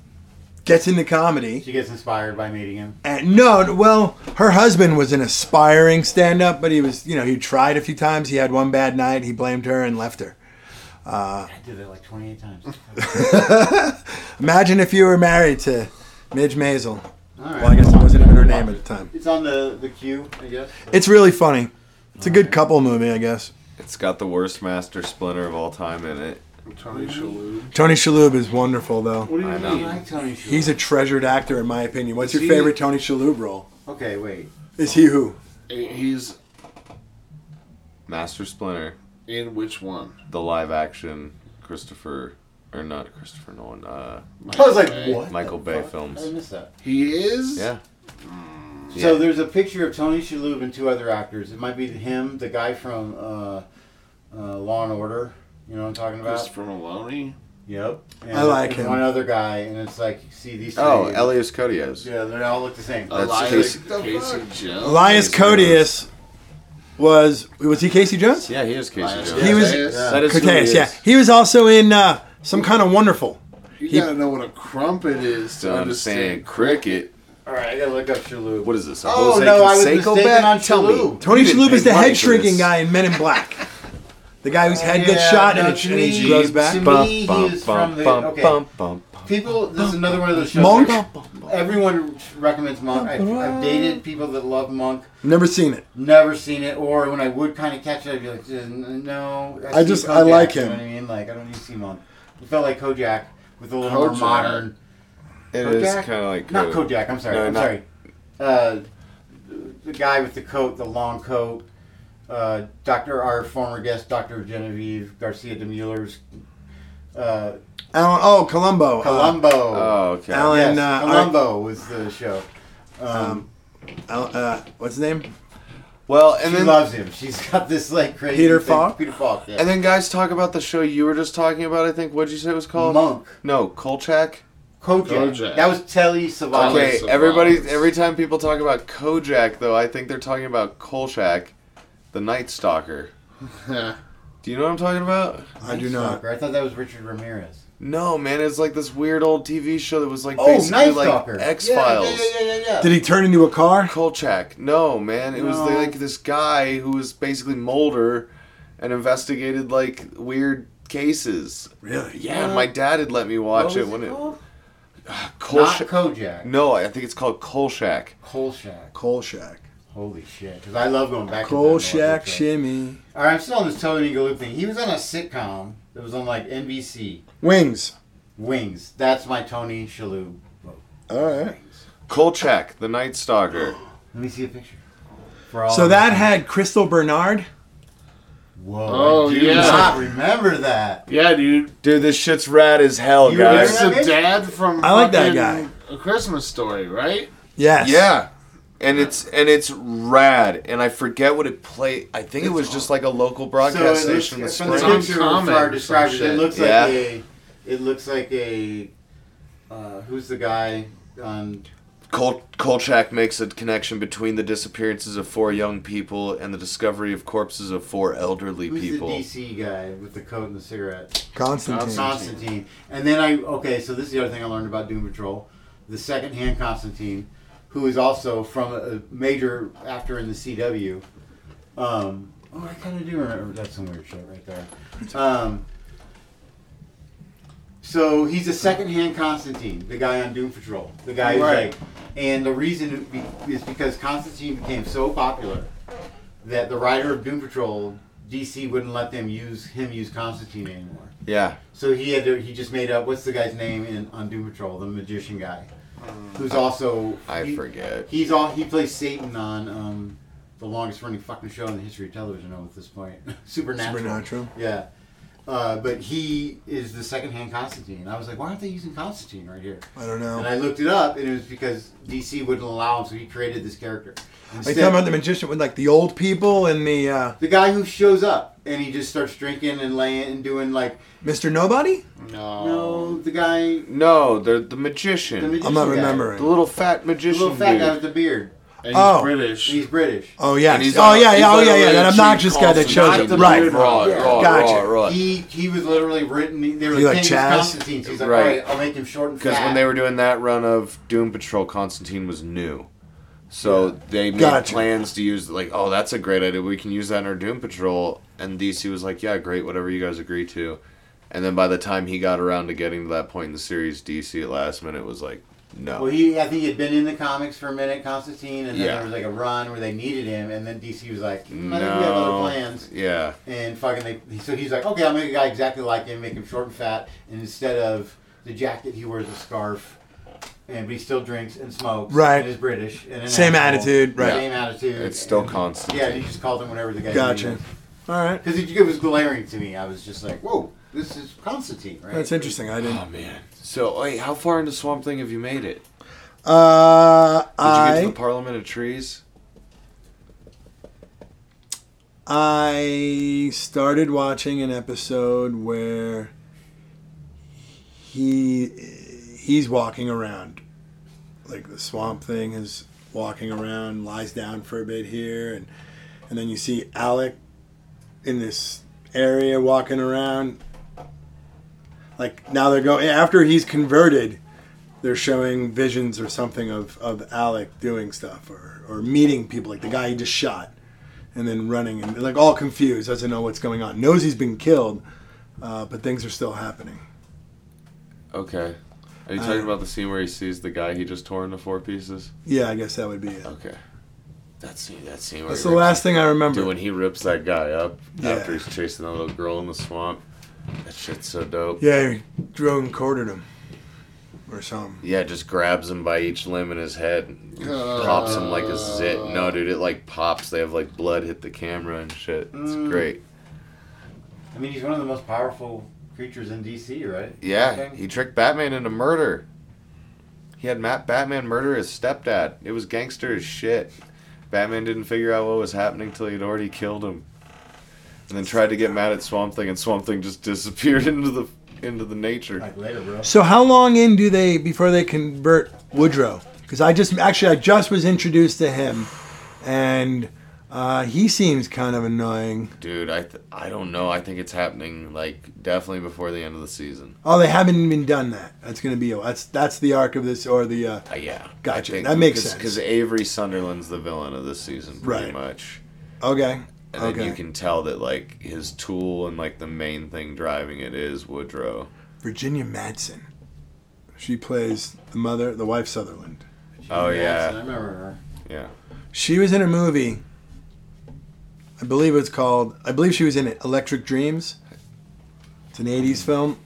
Speaker 4: gets into comedy.
Speaker 6: She gets inspired by meeting him.
Speaker 4: And no, well, her husband was an aspiring stand up, but he was, you know, he tried a few times. He had one bad night. He blamed her and left her.
Speaker 6: I did that like 28 times.
Speaker 4: Imagine if you were married to Midge Maisel.
Speaker 6: All right.
Speaker 4: Well, I guess it wasn't even her name at the time.
Speaker 6: It's on the, the queue, I guess.
Speaker 4: It's really funny. It's a good couple movie, I guess.
Speaker 5: It's got the worst master splinter of all time in it.
Speaker 7: Tony Shalhoub.
Speaker 4: Tony Shalhoub is wonderful, though.
Speaker 7: What do you
Speaker 5: I
Speaker 7: mean?
Speaker 5: know.
Speaker 6: I like Tony Shalhoub.
Speaker 4: He's a treasured actor, in my opinion. What's your
Speaker 7: Is he-
Speaker 4: favorite Tony Shalhoub role?
Speaker 6: Okay, wait.
Speaker 4: Is he who?
Speaker 7: He's
Speaker 5: Master Splinter,
Speaker 7: in which one?
Speaker 5: the live action Christopher, or not Christopher Nolan, uh,
Speaker 6: I was like,
Speaker 7: Bay.
Speaker 6: what?
Speaker 5: Michael
Speaker 6: the
Speaker 5: Bay
Speaker 6: fuck?
Speaker 5: films.
Speaker 6: I missed that.
Speaker 7: He is.
Speaker 5: Yeah.
Speaker 6: So there's a picture of Tony Shalhoub and two other actors. It might be him, the guy from uh, uh, Law and Order. You know what I'm talking about?
Speaker 7: Christopher Maloney.
Speaker 6: Yep. And,
Speaker 4: I like
Speaker 6: and
Speaker 4: him.
Speaker 6: One other guy, and it's like you see these.
Speaker 5: Oh,
Speaker 6: three-
Speaker 5: Elias Koteas.
Speaker 6: Yeah, they all look the same.
Speaker 5: That's
Speaker 7: Elias
Speaker 5: Casey-
Speaker 7: Casey Jones.
Speaker 4: Elias
Speaker 5: Casey Jones.
Speaker 4: Codius was was he Casey Jones?
Speaker 5: Yeah, he is Casey
Speaker 7: Elias
Speaker 5: Jones.
Speaker 4: He was-
Speaker 7: Koteas.
Speaker 5: That is who he
Speaker 4: Codius,
Speaker 5: is.
Speaker 4: yeah. He was also in uh, some kind of wonderful.
Speaker 7: You
Speaker 4: He-
Speaker 7: gotta know what a crumpet is to
Speaker 5: So I'm saying
Speaker 7: understand.
Speaker 5: cricket.
Speaker 6: all right, I gotta look up Shalhoub.
Speaker 5: What is this? a
Speaker 6: Oh,
Speaker 5: Jose
Speaker 6: no, I
Speaker 5: Canseco
Speaker 6: was mistaken
Speaker 5: bet?
Speaker 6: on
Speaker 5: Tell me.
Speaker 6: Shalhoub.
Speaker 4: Tony
Speaker 5: You didn't
Speaker 4: Shrink is
Speaker 5: pay
Speaker 4: the
Speaker 5: money
Speaker 4: head
Speaker 5: for
Speaker 4: shrinking
Speaker 5: this.
Speaker 4: guy in Men in Black. The guy whose head gets
Speaker 6: Yeah,
Speaker 4: shot
Speaker 6: no,
Speaker 4: and, it,
Speaker 6: to
Speaker 4: and he
Speaker 6: me-
Speaker 4: grows
Speaker 6: to
Speaker 4: back.
Speaker 6: me- He is from the- okay.
Speaker 5: bum, bum.
Speaker 6: People, this is another one of those shows.
Speaker 4: Monk?
Speaker 6: where Everyone recommends Monk. I've, I've dated people that love Monk,
Speaker 4: Never seen it.
Speaker 6: never seen it, or when I would kind of catch it, I'd be like, "Eh, no.
Speaker 4: I
Speaker 6: see
Speaker 4: just-
Speaker 6: Kojak,"
Speaker 4: I like
Speaker 6: You know
Speaker 4: him.
Speaker 6: what I mean? Like, I don't need to see Monk. It felt like Kojak with a little more
Speaker 7: Kojak.
Speaker 6: modern.
Speaker 5: It
Speaker 6: Kojak?
Speaker 5: is kind of like
Speaker 6: Not
Speaker 5: uh,
Speaker 6: Kojak, I'm sorry.
Speaker 5: No,
Speaker 6: I'm
Speaker 5: not-
Speaker 6: sorry. Uh, the guy with the coat, the long coat. Uh, Dr. Our former guest, Dr. Genevieve Garcia de Mueller's uh,
Speaker 4: Alan, oh, Columbo. Uh,
Speaker 6: Columbo.
Speaker 5: Oh, okay.
Speaker 4: Alan-
Speaker 6: yes,
Speaker 4: and, uh,
Speaker 6: Columbo was the show.
Speaker 4: Um, Al- uh, what's his name?
Speaker 5: Well, and
Speaker 6: she
Speaker 5: then
Speaker 6: loves him. She's got this like crazy.
Speaker 4: Peter
Speaker 6: thing-
Speaker 4: Falk?
Speaker 6: Peter Falk. Yeah.
Speaker 5: and then guys talk about the show you were just talking about. I think what'd you say it was called?
Speaker 6: Monk.
Speaker 5: No, Kolchak.
Speaker 6: Kojak.
Speaker 7: Kojak.
Speaker 6: That was Telly Savalas.
Speaker 5: Okay,
Speaker 7: Alex
Speaker 5: everybody.
Speaker 7: Savalas.
Speaker 5: Every time people talk about Kojak, though, I think they're talking about Kolchak, the Night Stalker. Do you know what I'm talking about?
Speaker 4: I do not.
Speaker 6: I thought that was Richard Ramirez.
Speaker 5: No, man. It's like this weird old TV show that was like
Speaker 6: Oh,
Speaker 5: basically
Speaker 6: Night
Speaker 5: like
Speaker 6: Stalker.
Speaker 5: X Files.
Speaker 6: Yeah, yeah, yeah, yeah, yeah.
Speaker 4: Did he turn into a car?
Speaker 5: Kolchak. No, man. It was
Speaker 6: No.
Speaker 5: like this guy who was basically Mulder and investigated like weird cases.
Speaker 6: Uh,
Speaker 4: Really?
Speaker 5: Yeah, and my dad had let me watch it when it.
Speaker 6: Not
Speaker 5: Kolchak.
Speaker 6: Kojak.
Speaker 5: no, I think it's called Kolchak.
Speaker 6: Kolchak.
Speaker 4: Coal Shack.
Speaker 6: Holy shit. Because I love going back
Speaker 4: Coal
Speaker 6: to that and watching
Speaker 4: Shack
Speaker 6: that.
Speaker 4: Shimmy.
Speaker 6: All right, I'm still on this Tony Galoob thing. He was on a sitcom that was on like NBC.
Speaker 4: Wings.
Speaker 6: Wings. That's my Tony Shalhoub. vote.
Speaker 4: All right.
Speaker 5: Kolchak, the Night Stalker.
Speaker 6: Let me see a picture. For all
Speaker 4: So
Speaker 6: of
Speaker 4: that
Speaker 6: you.
Speaker 4: had Crystal Bernard.
Speaker 6: Whoa.
Speaker 7: Oh,
Speaker 6: I do
Speaker 7: yeah.
Speaker 6: not remember that.
Speaker 7: Yeah, dude.
Speaker 5: Dude, this shit's rad as hell,
Speaker 6: You
Speaker 5: guys.
Speaker 7: It's the dad from.
Speaker 4: I like that
Speaker 7: fucking
Speaker 4: guy.
Speaker 7: A Christmas Story, right?
Speaker 4: Yes.
Speaker 5: Yeah. And it's and it's rad, and I forget what it played. I think it was just like a local broadcast
Speaker 6: so it looks-
Speaker 5: station in the
Speaker 6: from the
Speaker 5: spring.
Speaker 6: picture
Speaker 7: Common
Speaker 6: for our
Speaker 7: or
Speaker 6: describers,
Speaker 7: some
Speaker 6: it
Speaker 7: shit.
Speaker 6: looks
Speaker 5: Yeah.
Speaker 6: like a. It looks like a. Uh, who's the guy on?
Speaker 5: Kol- Kolchak makes a connection between the disappearances of four young people and the discovery of corpses of four elderly
Speaker 6: Who's
Speaker 5: people.
Speaker 6: the DC guy with the coat and the cigarette?
Speaker 4: Constantine.
Speaker 6: Constantine. And then I okay, so this is the other thing I learned about Doom Patrol, the second-hand Constantine, who is also from a a major actor in the CW. Um, oh, I kind of do remember. That's some weird shit right there. Um, so he's a second-hand Constantine, the guy on Doom Patrol, the guy who's
Speaker 7: Right.
Speaker 6: like, and the reason it be- is because Constantine became so popular that the writer of Doom Patrol, DC wouldn't let them use him use Constantine anymore.
Speaker 5: Yeah.
Speaker 6: So he had to, he just made up what's the guy's name in on Doom Patrol, the magician guy,
Speaker 4: Um,
Speaker 6: who's also
Speaker 5: I
Speaker 6: he-
Speaker 5: forget.
Speaker 6: He's all he plays Satan on um, the longest running fucking show in the history of television. Now at this point, Supernatural.
Speaker 4: Supernatural.
Speaker 6: Yeah, uh, but he is the second hand Constantine. I was like, why aren't they using Constantine right here?
Speaker 4: I don't
Speaker 6: And
Speaker 4: know.
Speaker 6: I looked it up, and it was because DC wouldn't allow him, so he created this character.
Speaker 4: Are you
Speaker 6: Instead-
Speaker 4: talking about the magician with like the old people and the uh,
Speaker 6: the guy who shows up and he just starts drinking and laying and doing like
Speaker 4: Mr. Nobody?
Speaker 7: No.
Speaker 6: no the guy
Speaker 5: No, they're the magician.
Speaker 6: the
Speaker 5: The,
Speaker 6: magician
Speaker 4: I'm not
Speaker 6: guy.
Speaker 4: remembering.
Speaker 5: little fat magician.
Speaker 6: The little fat
Speaker 5: dude.
Speaker 6: guy with the beard.
Speaker 7: And he's
Speaker 4: Oh.
Speaker 7: British.
Speaker 6: He's British.
Speaker 4: Oh yeah.
Speaker 5: And he's
Speaker 4: Oh
Speaker 5: on a-
Speaker 4: yeah.
Speaker 5: he's
Speaker 4: Yeah. Oh
Speaker 5: on
Speaker 4: yeah.
Speaker 5: a
Speaker 4: Yeah.
Speaker 5: really
Speaker 4: That
Speaker 5: cheap
Speaker 4: obnoxious guy that
Speaker 5: Constantine.
Speaker 4: shows
Speaker 7: Not
Speaker 4: up.
Speaker 7: the
Speaker 4: Right.
Speaker 7: beard
Speaker 5: Raw,
Speaker 7: Yeah.
Speaker 5: raw,
Speaker 4: Gotcha.
Speaker 5: raw, raw.
Speaker 6: He he was literally written. They were
Speaker 4: You like
Speaker 6: like
Speaker 4: Chaz?
Speaker 6: Constantine. He's like,
Speaker 5: Right.
Speaker 6: all right, I'll make him short and fat.
Speaker 5: Because when they were doing that run of Doom Patrol, Constantine was new. So they made
Speaker 4: Gotcha.
Speaker 5: plans to use like, oh, that's a great idea. We can use that in our Doom Patrol. And DC was like, yeah, great, whatever you guys agree to. And then by the time he got around to getting to that point in the series, DC at last minute was like, no.
Speaker 6: well, he I think he had been in the comics for a minute, Constantine, and then
Speaker 5: Yeah.
Speaker 6: there was like a run where they needed him, and then DC was like, mm,
Speaker 5: no.
Speaker 6: I think we have other plans.
Speaker 5: Yeah.
Speaker 6: And fucking they, so he's like, okay, I'll make a guy exactly like him, make him short and fat, and instead of the jacket, he wears a scarf. And but he still drinks and smokes.
Speaker 4: Right.
Speaker 6: And is British. And an
Speaker 4: Same
Speaker 6: asshole.
Speaker 4: attitude, right.
Speaker 6: Same attitude.
Speaker 5: It's still
Speaker 6: and-
Speaker 5: Constantine.
Speaker 6: Yeah, and he just called him whatever the guy.
Speaker 4: Gotcha. All right.
Speaker 6: Because it, it was glaring to me. I was just like, whoa, this is Constantine, right?
Speaker 4: That's interesting. I didn't.
Speaker 5: Oh, man. So, wait, how far into Swamp Thing have you made it? Did
Speaker 4: Uh,
Speaker 5: you get to
Speaker 4: I
Speaker 5: the Parliament of Trees?
Speaker 4: I started watching an episode where he he's walking around, like the swamp thing is walking around, lies down for a bit here, and and then you see Alec in this area walking around. Like now they're going after he's converted. They're showing visions or something of, of Alec doing stuff or, or meeting people, like the guy he just shot and then running and like all confused, doesn't know what's going on. Knows he's been killed, uh, but things are still happening.
Speaker 5: Okay. Are you talking about the scene where he sees the guy he just tore into four pieces?
Speaker 4: Yeah, I guess that would be it.
Speaker 5: Okay. That scene, that scene where
Speaker 4: That's
Speaker 5: he
Speaker 4: the
Speaker 5: rips
Speaker 4: last thing I
Speaker 5: Dude,
Speaker 4: remember.
Speaker 5: when he rips that guy up
Speaker 4: Yeah.
Speaker 5: after he's chasing that little girl in the swamp, that shit's so dope.
Speaker 4: Yeah, he drove and quartered him or something.
Speaker 5: Yeah, just grabs him by each limb in his head, and pops him like a zit. No, dude, it like pops. They have like blood hit the camera and shit. It's
Speaker 6: Mm.
Speaker 5: great.
Speaker 6: I mean, he's one of the most powerful creatures in DC, right?
Speaker 5: Yeah,
Speaker 6: Thing.
Speaker 5: he tricked Batman into murder. He had Matt Batman murder his stepdad. It was gangster as shit. Batman didn't figure out what was happening till he'd already killed him, and then tried to get mad at Swamp Thing, and Swamp Thing just disappeared into the into the nature.
Speaker 6: Like later, bro.
Speaker 4: So how long in do they before they convert Woodrow? Because I just actually I just was introduced to him, and uh, he seems kind of annoying.
Speaker 5: Dude, I th- I don't know. I think it's happening like definitely before the end of the season.
Speaker 4: Oh, they haven't even done that. That's gonna be that's that's the arc of this or the uh,
Speaker 5: Uh, yeah,
Speaker 4: Gotcha. That makes sense.
Speaker 5: because Avery Sunderland's the villain of this season, pretty
Speaker 4: Right.
Speaker 5: much.
Speaker 4: okay.
Speaker 5: And then
Speaker 4: Okay.
Speaker 5: you can tell that like his tool and like the main thing driving it is Woodrow.
Speaker 4: Virginia Madsen. She plays the mother, the wife Sutherland.
Speaker 5: Oh
Speaker 6: Madsen, I
Speaker 5: yeah,
Speaker 6: remember her.
Speaker 5: yeah.
Speaker 4: She was in a movie. I believe it's called. I believe she was in it, Electric Dreams. It's an '80s film,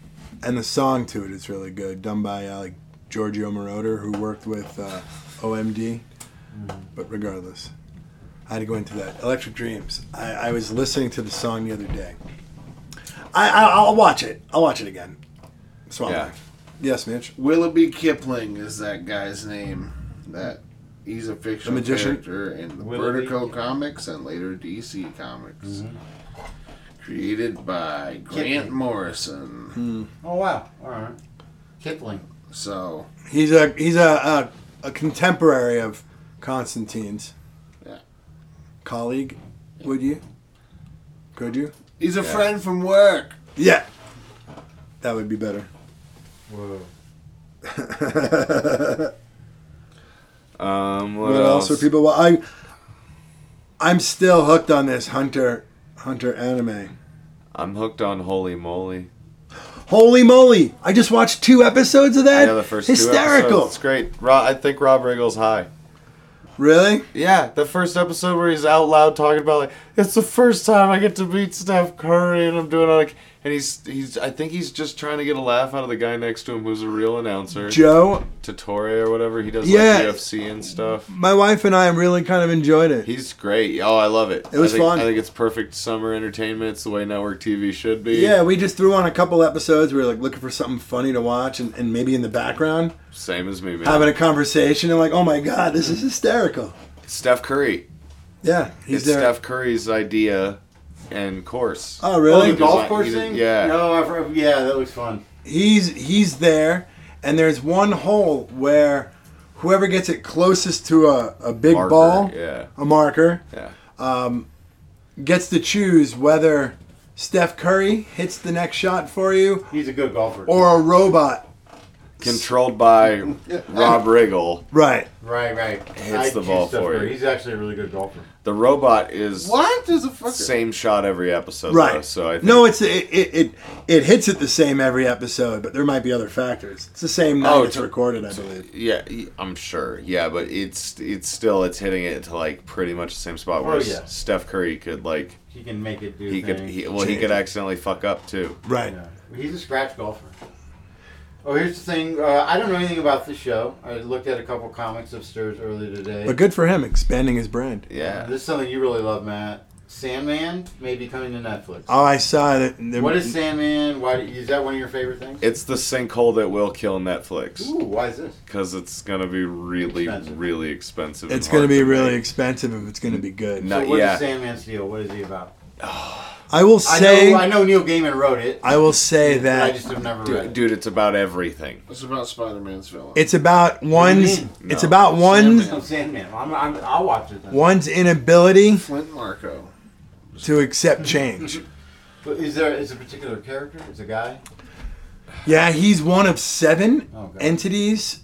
Speaker 4: and the song to it is really good, done by uh, like Giorgio Moroder, who worked with uh, OMD. But regardless, I had to go into that Electric Dreams. I, I was listening to the song the other day. I, I I'll watch it. I'll watch it again. Swamp
Speaker 5: Yeah.
Speaker 4: Thing. Yes, Mitch.
Speaker 7: Willoughby Kipling is that guy's name. That he's a fictional
Speaker 4: The magician?
Speaker 7: character in the
Speaker 6: Willoughby? Mm-hmm.
Speaker 7: Vertigo comics and later DC comics. Created by Grant
Speaker 6: Kipling.
Speaker 7: Morrison.
Speaker 4: Hmm.
Speaker 6: Oh wow! All right. Kipling.
Speaker 7: So
Speaker 4: He's a he's a, a, a contemporary of Constantine's.
Speaker 7: Yeah.
Speaker 4: Colleague, would you? Could you?
Speaker 7: he's a friend from work.
Speaker 4: Yeah. That would be better.
Speaker 6: Whoa.
Speaker 5: Um, what, Um,
Speaker 4: What else are people? Well, I I'm still hooked on this Hunter Hunter anime.
Speaker 5: I'm hooked on Holy Moly.
Speaker 4: Holy moly! I just watched two episodes of that.
Speaker 5: Yeah, the first two
Speaker 4: hysterical.
Speaker 5: episodes. It's great. Rob, I think Rob Riggle's high.
Speaker 4: really?
Speaker 5: Yeah, the first episode where he's out loud talking about like it's the first time I get to meet Steph Curry and I'm doing all like and he's he's I think he's just trying to get a laugh out of the guy next to him who's a real announcer.
Speaker 4: Joe,
Speaker 5: Tatore or whatever. He does
Speaker 4: Yeah.
Speaker 5: like UFC and stuff.
Speaker 4: my wife and I really kind of enjoyed it.
Speaker 5: He's great. Oh, I love it.
Speaker 4: It was
Speaker 5: I think,
Speaker 4: fun.
Speaker 5: I think it's perfect summer entertainment. It's the way network TV should be.
Speaker 4: Yeah, we just threw on a couple episodes. We were like looking for something funny to watch, and, and maybe in the background
Speaker 5: Same as me, man.
Speaker 4: having a conversation. And like, oh my god, this is hysterical.
Speaker 5: Steph Curry.
Speaker 4: Yeah, he's
Speaker 5: it's
Speaker 4: there.
Speaker 5: Steph Curry's idea and course.
Speaker 4: Oh
Speaker 6: Oh,
Speaker 4: really?
Speaker 6: the golf
Speaker 5: He
Speaker 6: course
Speaker 5: did-
Speaker 6: thing?
Speaker 5: yeah.
Speaker 6: No, I've heard, yeah, that looks fun.
Speaker 4: he's he's there, and there's one hole where whoever gets it closest to a, a big
Speaker 5: Marker,
Speaker 4: ball,
Speaker 5: Yeah.
Speaker 4: a marker,
Speaker 5: Yeah.
Speaker 4: gets to choose whether Steph Curry hits the next shot for you
Speaker 6: He's a good golfer.
Speaker 4: or a robot.
Speaker 5: Controlled by Rob Riggle.
Speaker 4: Right.
Speaker 6: right, right.
Speaker 5: Hits
Speaker 6: I
Speaker 5: the
Speaker 6: choose
Speaker 5: ball
Speaker 6: Steph
Speaker 5: for
Speaker 6: Curry.
Speaker 5: you.
Speaker 6: He's actually a really good golfer.
Speaker 5: The robot is
Speaker 7: What? There's a fucking.
Speaker 5: same shot every episode.
Speaker 4: Right.
Speaker 5: Though, so I think
Speaker 4: no, it's it, it it it hits it the same every episode, but there might be other factors. It's the same night
Speaker 5: Oh,
Speaker 4: it's
Speaker 5: to-
Speaker 4: recorded, I believe.
Speaker 5: Yeah, y- I'm sure. Yeah, but it's it's still it's hitting it to like pretty much the same spot where
Speaker 6: Oh,
Speaker 5: S-
Speaker 6: yeah.
Speaker 5: Steph Curry could like
Speaker 6: He can make it do
Speaker 5: he could
Speaker 6: things.
Speaker 5: he, well he could accidentally fuck up too.
Speaker 4: Right.
Speaker 6: Yeah. He's a scratch golfer. Oh, here's the thing. Uh, I don't know anything about the show. I looked at a couple comics upstairs earlier today.
Speaker 4: But good for him expanding his brand.
Speaker 5: Yeah.
Speaker 6: This is something you really love, Matt. Sandman may be coming to Netflix.
Speaker 4: Oh, I saw that. There,
Speaker 6: what is Sandman? Why do, is that one of your favorite things?
Speaker 5: It's the sinkhole that will kill Netflix
Speaker 6: Ooh, why is this?
Speaker 5: because it's gonna be really
Speaker 6: Expensive.
Speaker 5: really expensive.
Speaker 4: It's
Speaker 5: going to
Speaker 4: be really expensive if it's going to be good.
Speaker 5: No. Uh,
Speaker 6: so what's
Speaker 5: yeah.
Speaker 6: Sandman's deal? What is he about?
Speaker 4: I will
Speaker 6: I
Speaker 4: say.
Speaker 6: know
Speaker 4: I,
Speaker 6: I know Neil Gaiman wrote it.
Speaker 4: will say
Speaker 6: but I
Speaker 4: that
Speaker 6: just have never read
Speaker 5: Dude,
Speaker 6: it.
Speaker 5: dude, it's about everything.
Speaker 7: It's about Spider Man's villain.
Speaker 4: it's about one's.
Speaker 6: mean?
Speaker 4: It's
Speaker 5: No.
Speaker 4: about one's
Speaker 6: Oh, Sandman. I'm, I'm, I'll watch it then.
Speaker 4: one's inability
Speaker 7: Flint Marco.
Speaker 4: to accept change.
Speaker 6: But is there is a particular character? Is a guy?
Speaker 4: Yeah, he's one of seven
Speaker 6: Oh, God.
Speaker 4: entities.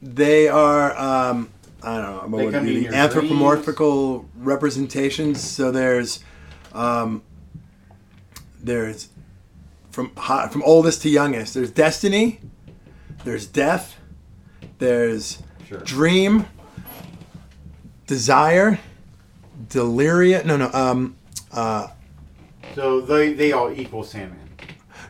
Speaker 4: They are, um, I don't know, what
Speaker 6: They
Speaker 4: would
Speaker 6: come
Speaker 4: it be?
Speaker 6: in your
Speaker 4: anthropomorphical representations. So there's, um, there's from hot, from oldest to youngest. There's destiny. There's death. There's
Speaker 6: Sure.
Speaker 4: dream. Desire. Delirium. No, no. Um,
Speaker 6: So they they all equal Sandman.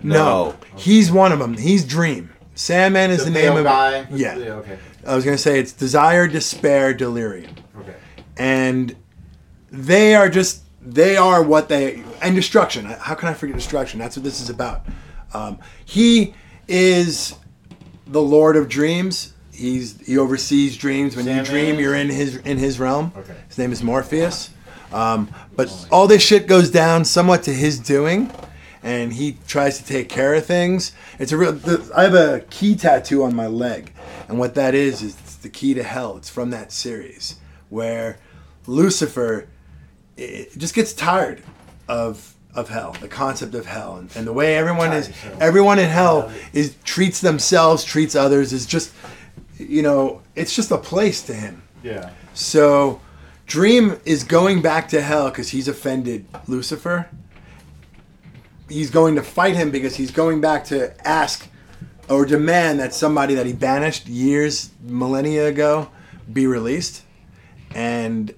Speaker 4: no.
Speaker 5: No.
Speaker 4: He's one of them. He's dream. Sandman is the, name
Speaker 6: pale
Speaker 4: of
Speaker 6: guy.
Speaker 4: Yeah.
Speaker 6: Okay.
Speaker 4: I was going to say it's desire, despair, delirium.
Speaker 6: Okay.
Speaker 4: And they are just, they are what they, and destruction. How can I forget destruction? That's what this is about. Um, he is the lord of dreams. He's he oversees dreams. When you
Speaker 6: Sandman?
Speaker 4: dream, you're in his in his realm.
Speaker 6: Okay.
Speaker 4: His name is Morpheus. Um, but all this shit goes down somewhat to his doing, and he tries to take care of things. It's a real. The, I have a key tattoo on my leg, and what that is is it's the key to hell. It's from that series where Lucifer i just gets tired of of hell, the concept of hell, and, and the way everyone is, everyone in hell is treats themselves, treats others is just, you know, it's just a place to him.
Speaker 6: Yeah.
Speaker 4: So, Dream is going back to hell because he's offended Lucifer. He's going to fight him because he's going back to ask or demand that somebody that he banished years, millennia ago, be released. And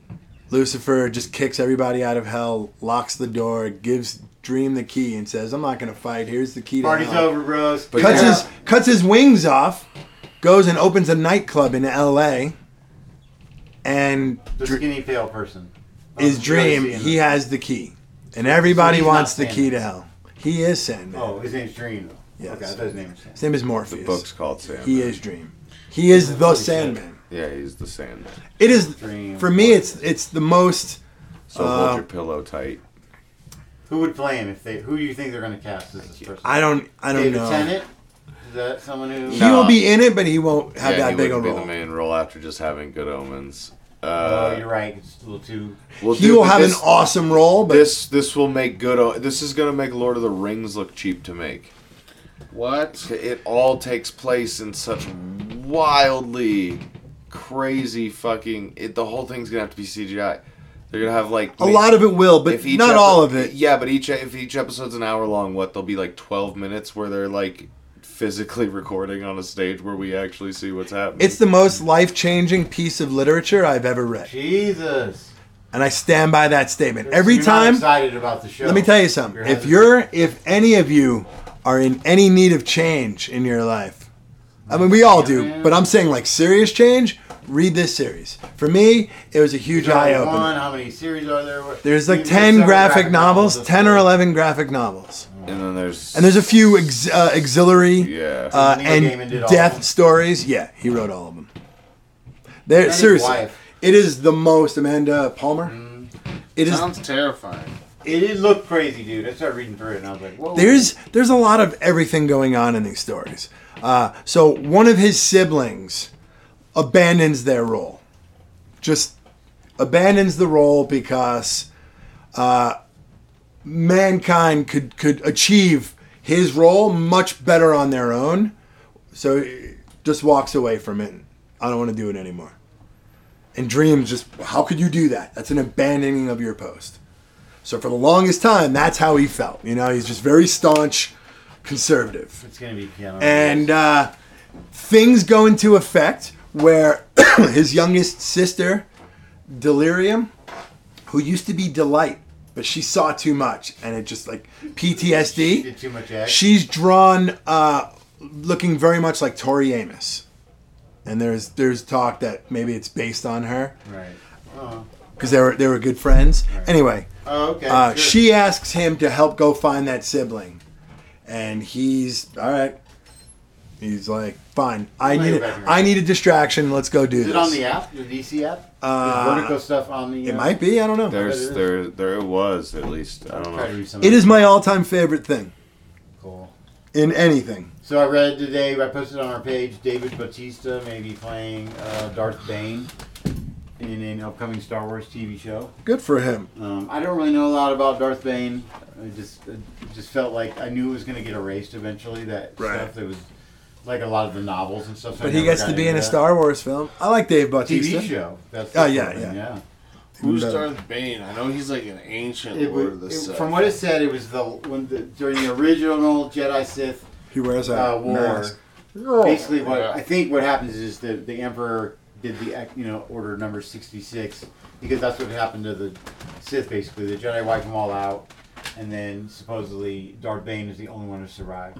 Speaker 4: Lucifer just kicks everybody out of hell, locks the door, gives Dream the key, and says, "I'm not going to fight. Here's the key to
Speaker 6: Party's
Speaker 4: hell."
Speaker 6: over, bros.
Speaker 4: cuts
Speaker 6: Yeah.
Speaker 4: his cuts his wings off, goes and opens a nightclub in L.A. And
Speaker 5: Oh,
Speaker 6: the
Speaker 4: dr-
Speaker 6: skinny pale person.
Speaker 4: his
Speaker 6: Oh,
Speaker 4: dream,
Speaker 6: you're
Speaker 4: he
Speaker 6: seeing
Speaker 4: has the key, and everybody
Speaker 6: So he's
Speaker 4: wants the
Speaker 6: not
Speaker 4: key
Speaker 6: Sandman.
Speaker 4: to hell. He is Sandman.
Speaker 6: it. Oh, his name's Dream. though.
Speaker 4: Yes.
Speaker 6: Okay, I thought his name was Sandman.
Speaker 4: His name is
Speaker 5: The
Speaker 4: Morpheus.
Speaker 5: book's called Sandman.
Speaker 4: He is Dream. He is the Sandman.
Speaker 5: Yeah, he's the Sandman.
Speaker 4: It is
Speaker 6: Dream.
Speaker 4: for me. It's it's the most.
Speaker 5: So
Speaker 4: Uh,
Speaker 5: hold your pillow tight.
Speaker 6: Who would play him if they? Who do you think they're going to cast as this person?
Speaker 4: I don't I don't
Speaker 6: David
Speaker 4: know.
Speaker 6: Tennant. Is that someone who?
Speaker 4: He
Speaker 5: No.
Speaker 4: will be in it, but he won't have
Speaker 5: yeah, he
Speaker 4: that big a
Speaker 5: wouldn't be
Speaker 4: role.
Speaker 5: the main role after just having good omens.
Speaker 6: Oh,
Speaker 5: Uh,
Speaker 6: you're right. It's a little too.
Speaker 5: well,
Speaker 4: He
Speaker 5: dude,
Speaker 4: will
Speaker 5: but
Speaker 4: have
Speaker 5: this,
Speaker 4: an awesome role, but
Speaker 5: This this will make good. O- this is gonna make Lord of the Rings look cheap to make.
Speaker 7: What?
Speaker 5: It all takes place in such wildly crazy fucking. It, the whole thing's gonna have to be CGI. They're gonna have like
Speaker 4: A lot of it will, but
Speaker 5: if each
Speaker 4: not
Speaker 5: epi-
Speaker 4: all of it.
Speaker 5: Yeah, but each if each episode's an hour long, what there'll be like twelve minutes where they're like physically recording on a stage where we actually see what's happening.
Speaker 4: It's the most life changing piece of literature I've ever read.
Speaker 6: Jesus.
Speaker 4: And I stand by that statement. Every
Speaker 6: You're not
Speaker 4: time,
Speaker 6: excited about the show.
Speaker 4: let me tell you something.
Speaker 6: You're
Speaker 4: if
Speaker 6: hesitant.
Speaker 4: you're, if any of you are in any need of change in your life, I mean, we all do, but I'm saying like serious change, read this series. For me, it was a huge
Speaker 6: There's only
Speaker 4: eye
Speaker 6: one,
Speaker 4: opener.
Speaker 6: How many series are there? What-
Speaker 4: There's like
Speaker 6: You've
Speaker 4: 10
Speaker 6: several
Speaker 4: graphic novels,
Speaker 6: this
Speaker 4: 10 or
Speaker 6: year.
Speaker 4: 11 graphic novels.
Speaker 5: and then there's
Speaker 4: And there's a few ex- uh, auxiliary
Speaker 5: yeah.
Speaker 4: uh,
Speaker 6: Neil Gaiman
Speaker 4: and
Speaker 6: did all of
Speaker 4: death
Speaker 6: them.
Speaker 4: stories. Yeah, he wrote all of them. There,
Speaker 6: And his
Speaker 4: seriously,
Speaker 6: wife. Mm-hmm.
Speaker 4: it is the most Amanda Palmer. It is.
Speaker 7: Sounds terrifying.
Speaker 6: It, it looked crazy, dude. I started reading through it and I was like, whoa.
Speaker 4: There's there's a lot of everything going on in these stories. Uh, so one of his siblings abandons their role, just abandons the role because uh, mankind could could achieve his role much better on their own. So he just walks away from it. I don't want to do it anymore. And dreams just how could you do that? That's an abandoning of your post. So for the longest time, that's how he felt. You know, he's just very staunch conservative.
Speaker 6: It's going to be Keanu.
Speaker 4: And uh, things go into effect where his youngest sister, Delirium, who used to be Delight, but she saw too much and it just like
Speaker 6: Reeves. He
Speaker 4: PTSD.
Speaker 6: did too much action.
Speaker 4: She's drawn uh, looking very much like Tori Amos. And there's there's talk that maybe it's based on her
Speaker 6: Right.
Speaker 4: because they were they were good friends. Anyway,
Speaker 6: Oh, okay.
Speaker 4: uh,
Speaker 6: sure.
Speaker 4: she asks him to help go find that sibling, and he's all right. He's like, fine. I
Speaker 6: I'll
Speaker 4: need
Speaker 6: go
Speaker 4: a,
Speaker 6: back here.
Speaker 4: I need a distraction. Let's go do
Speaker 6: Is
Speaker 4: this.
Speaker 6: it on the app? The DC app?
Speaker 4: Uh,
Speaker 6: is Vertigo stuff on the. uh,
Speaker 4: It might be. I don't know.
Speaker 5: there's there there it was at least
Speaker 4: Uh,
Speaker 5: I don't
Speaker 6: Try to
Speaker 5: know.
Speaker 6: read some of
Speaker 4: It is my all-time favorite thing
Speaker 6: Cool.
Speaker 4: in anything.
Speaker 6: So I read today. I posted on our page. David Bautista may be playing uh, Darth Bane in an upcoming Star Wars TV show.
Speaker 4: Good for him.
Speaker 6: Um, I don't really know a lot about Darth Bane. I just it just felt like I knew it was going to get erased eventually. That
Speaker 4: Right.
Speaker 6: stuff that was like a lot of the novels and stuff. so I
Speaker 4: But he
Speaker 6: never
Speaker 4: gets
Speaker 6: got
Speaker 4: to be
Speaker 6: into
Speaker 4: in a
Speaker 6: that.
Speaker 4: Star Wars film. I like Dave Bautista.
Speaker 6: TV show. That's
Speaker 4: Oh,
Speaker 6: the
Speaker 4: yeah,
Speaker 6: thing,
Speaker 4: yeah.
Speaker 7: Who's
Speaker 4: No.
Speaker 7: Darth Bane? I know he's like an ancient
Speaker 6: It
Speaker 7: Lord
Speaker 6: was,
Speaker 7: of the
Speaker 6: it-
Speaker 7: Sith.
Speaker 6: from what it said, it was the when the, during the original Jedi Sith
Speaker 4: He wears a
Speaker 6: uh, war.
Speaker 4: mask.
Speaker 6: Basically, what
Speaker 7: Yeah.
Speaker 6: I think what happens is the the Emperor did the act- you know order number sixty six because that's what happened to the Sith. Basically, the Jedi wiped them all out, and then supposedly Darth Bane is the only one who survived.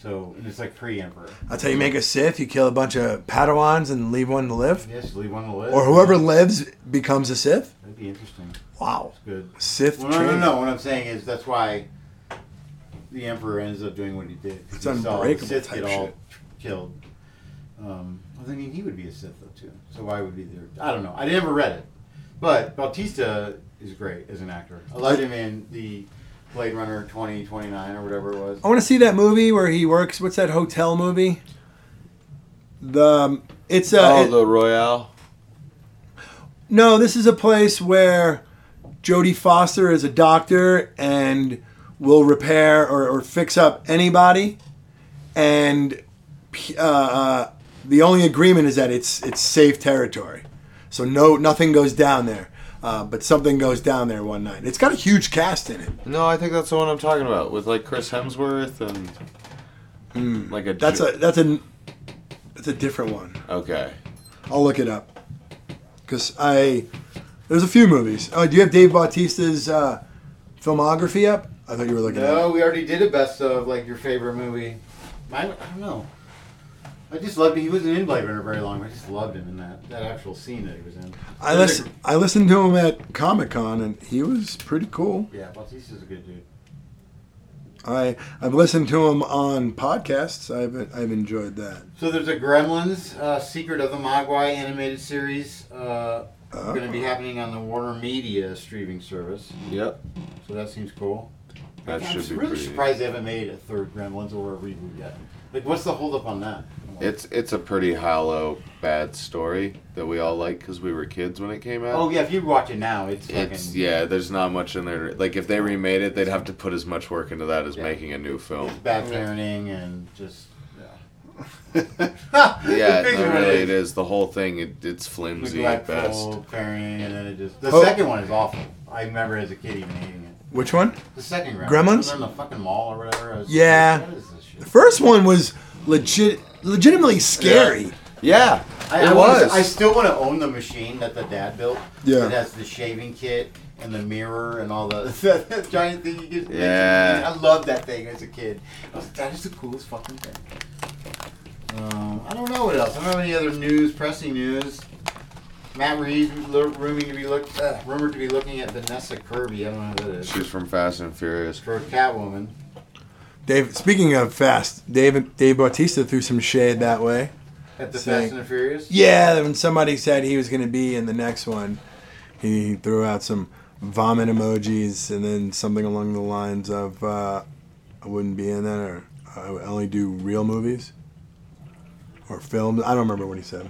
Speaker 6: So and it's like pre Emperor.
Speaker 4: That's how you make a Sith. You kill a bunch of Padawans and leave one to live,
Speaker 6: Yes, leave one to live.
Speaker 4: or whoever lives becomes a Sith.
Speaker 6: That'd be interesting.
Speaker 4: Wow.
Speaker 6: Good.
Speaker 4: Sith.
Speaker 6: Well, no, no,
Speaker 4: training.
Speaker 6: no. What I'm saying is that's why the Emperor ends up doing what he did. 'cause
Speaker 4: It's
Speaker 6: he saw the
Speaker 4: unbreakable
Speaker 6: Sith
Speaker 4: type
Speaker 6: get all
Speaker 4: shit.
Speaker 6: killed. Um, well, I mean, he would be a Sith though too. So why would he be there? I don't know. I never read it, but Bautista is great as an actor. I loved him in the Blade Runner 2029 or whatever it was.
Speaker 4: I want to see that movie where he works. What's that hotel movie? The um, it's a
Speaker 5: oh,
Speaker 4: it-
Speaker 5: the Royale.
Speaker 4: no. This is a place where Jodie Foster is a doctor and will repair or, or fix up anybody, and p- uh, uh, the only agreement is that it's it's safe territory, so no nothing goes down there. Uh, but something goes down there one night. It's got a huge cast in it.
Speaker 5: No, I think that's the one I'm talking about with like Chris Hemsworth and like a.
Speaker 4: Hmm. That's
Speaker 5: Ju-
Speaker 4: a that's a that's a different one.
Speaker 5: okay.
Speaker 4: I'll look it up. Cause I there's a few movies. Oh, do you have Dave Bautista's uh, filmography up? I thought you were looking
Speaker 6: No,
Speaker 4: at.
Speaker 6: we already did a best of like your favorite movie. Mine, I don't know. I just loved him. He wasn't in Blade Runner very long. but I just loved him in that that actual scene that he was in.
Speaker 4: I listen. I listened to him at Comic Con, and he was pretty cool.
Speaker 6: Yeah, Bautista's a good dude.
Speaker 4: I I've listened to him on podcasts. I've I've enjoyed that.
Speaker 6: So there's a Gremlins uh, Secret of the Mogwai animated series uh, going to
Speaker 5: Uh-huh.
Speaker 6: be happening on the Warner Media streaming service.
Speaker 5: Yep.
Speaker 6: So that seems cool.
Speaker 5: That
Speaker 6: I'm
Speaker 5: should be
Speaker 6: really
Speaker 5: pretty.
Speaker 6: surprised they haven't made a third Gremlins or a reboot yet. Like, what's the holdup on that?
Speaker 5: It's it's a pretty hollow, bad story that we all like because we were kids when it came out.
Speaker 6: oh yeah, if you watch it now, it's fucking.
Speaker 5: It's yeah. There's not much in there. Like if they remade it, they'd have to put as much work into that as making a new film.
Speaker 6: It's back parenting and just. Yeah.
Speaker 5: Yeah,
Speaker 6: Figure
Speaker 5: no, really,
Speaker 6: it.
Speaker 5: it is. The whole thing, it, it's flimsy at best.
Speaker 6: neglectful, caring, and then it just. The
Speaker 4: Oh.
Speaker 6: second one is awful. I remember as a kid even hating it.
Speaker 4: Which one?
Speaker 6: The second round.
Speaker 4: Gremlins?
Speaker 6: They're in the fucking mall or whatever. I was just
Speaker 4: Yeah.
Speaker 6: like, what is this shit?
Speaker 4: The first one was legit, legitimately scary.
Speaker 5: Yeah,
Speaker 6: I,
Speaker 5: it
Speaker 6: I wanna-
Speaker 5: was.
Speaker 6: I still want to own the machine that the dad built.
Speaker 4: Yeah.
Speaker 6: That has the shaving kit and the mirror and all the that giant thing you get.
Speaker 5: Yeah.
Speaker 6: I love that thing as a kid. I was like, that is the coolest fucking thing. Um, I don't know what else. I don't have any other news, pressing news. Matt Reeves lo- rumored to be look, uh, rumored to be looking at Vanessa Kirby. I don't know who that is.
Speaker 5: She's from Fast and Furious.
Speaker 6: For Catwoman.
Speaker 4: Dave, speaking of fast, Dave, Dave Bautista threw some shade that way.
Speaker 6: At the
Speaker 4: Sick.
Speaker 6: Fast and the Furious.
Speaker 4: Yeah, when somebody said he was going to be in the next one, he threw out some vomit emojis and then something along the lines of, uh, I wouldn't be in that, or I would only do real movies or films. I don't remember what he said.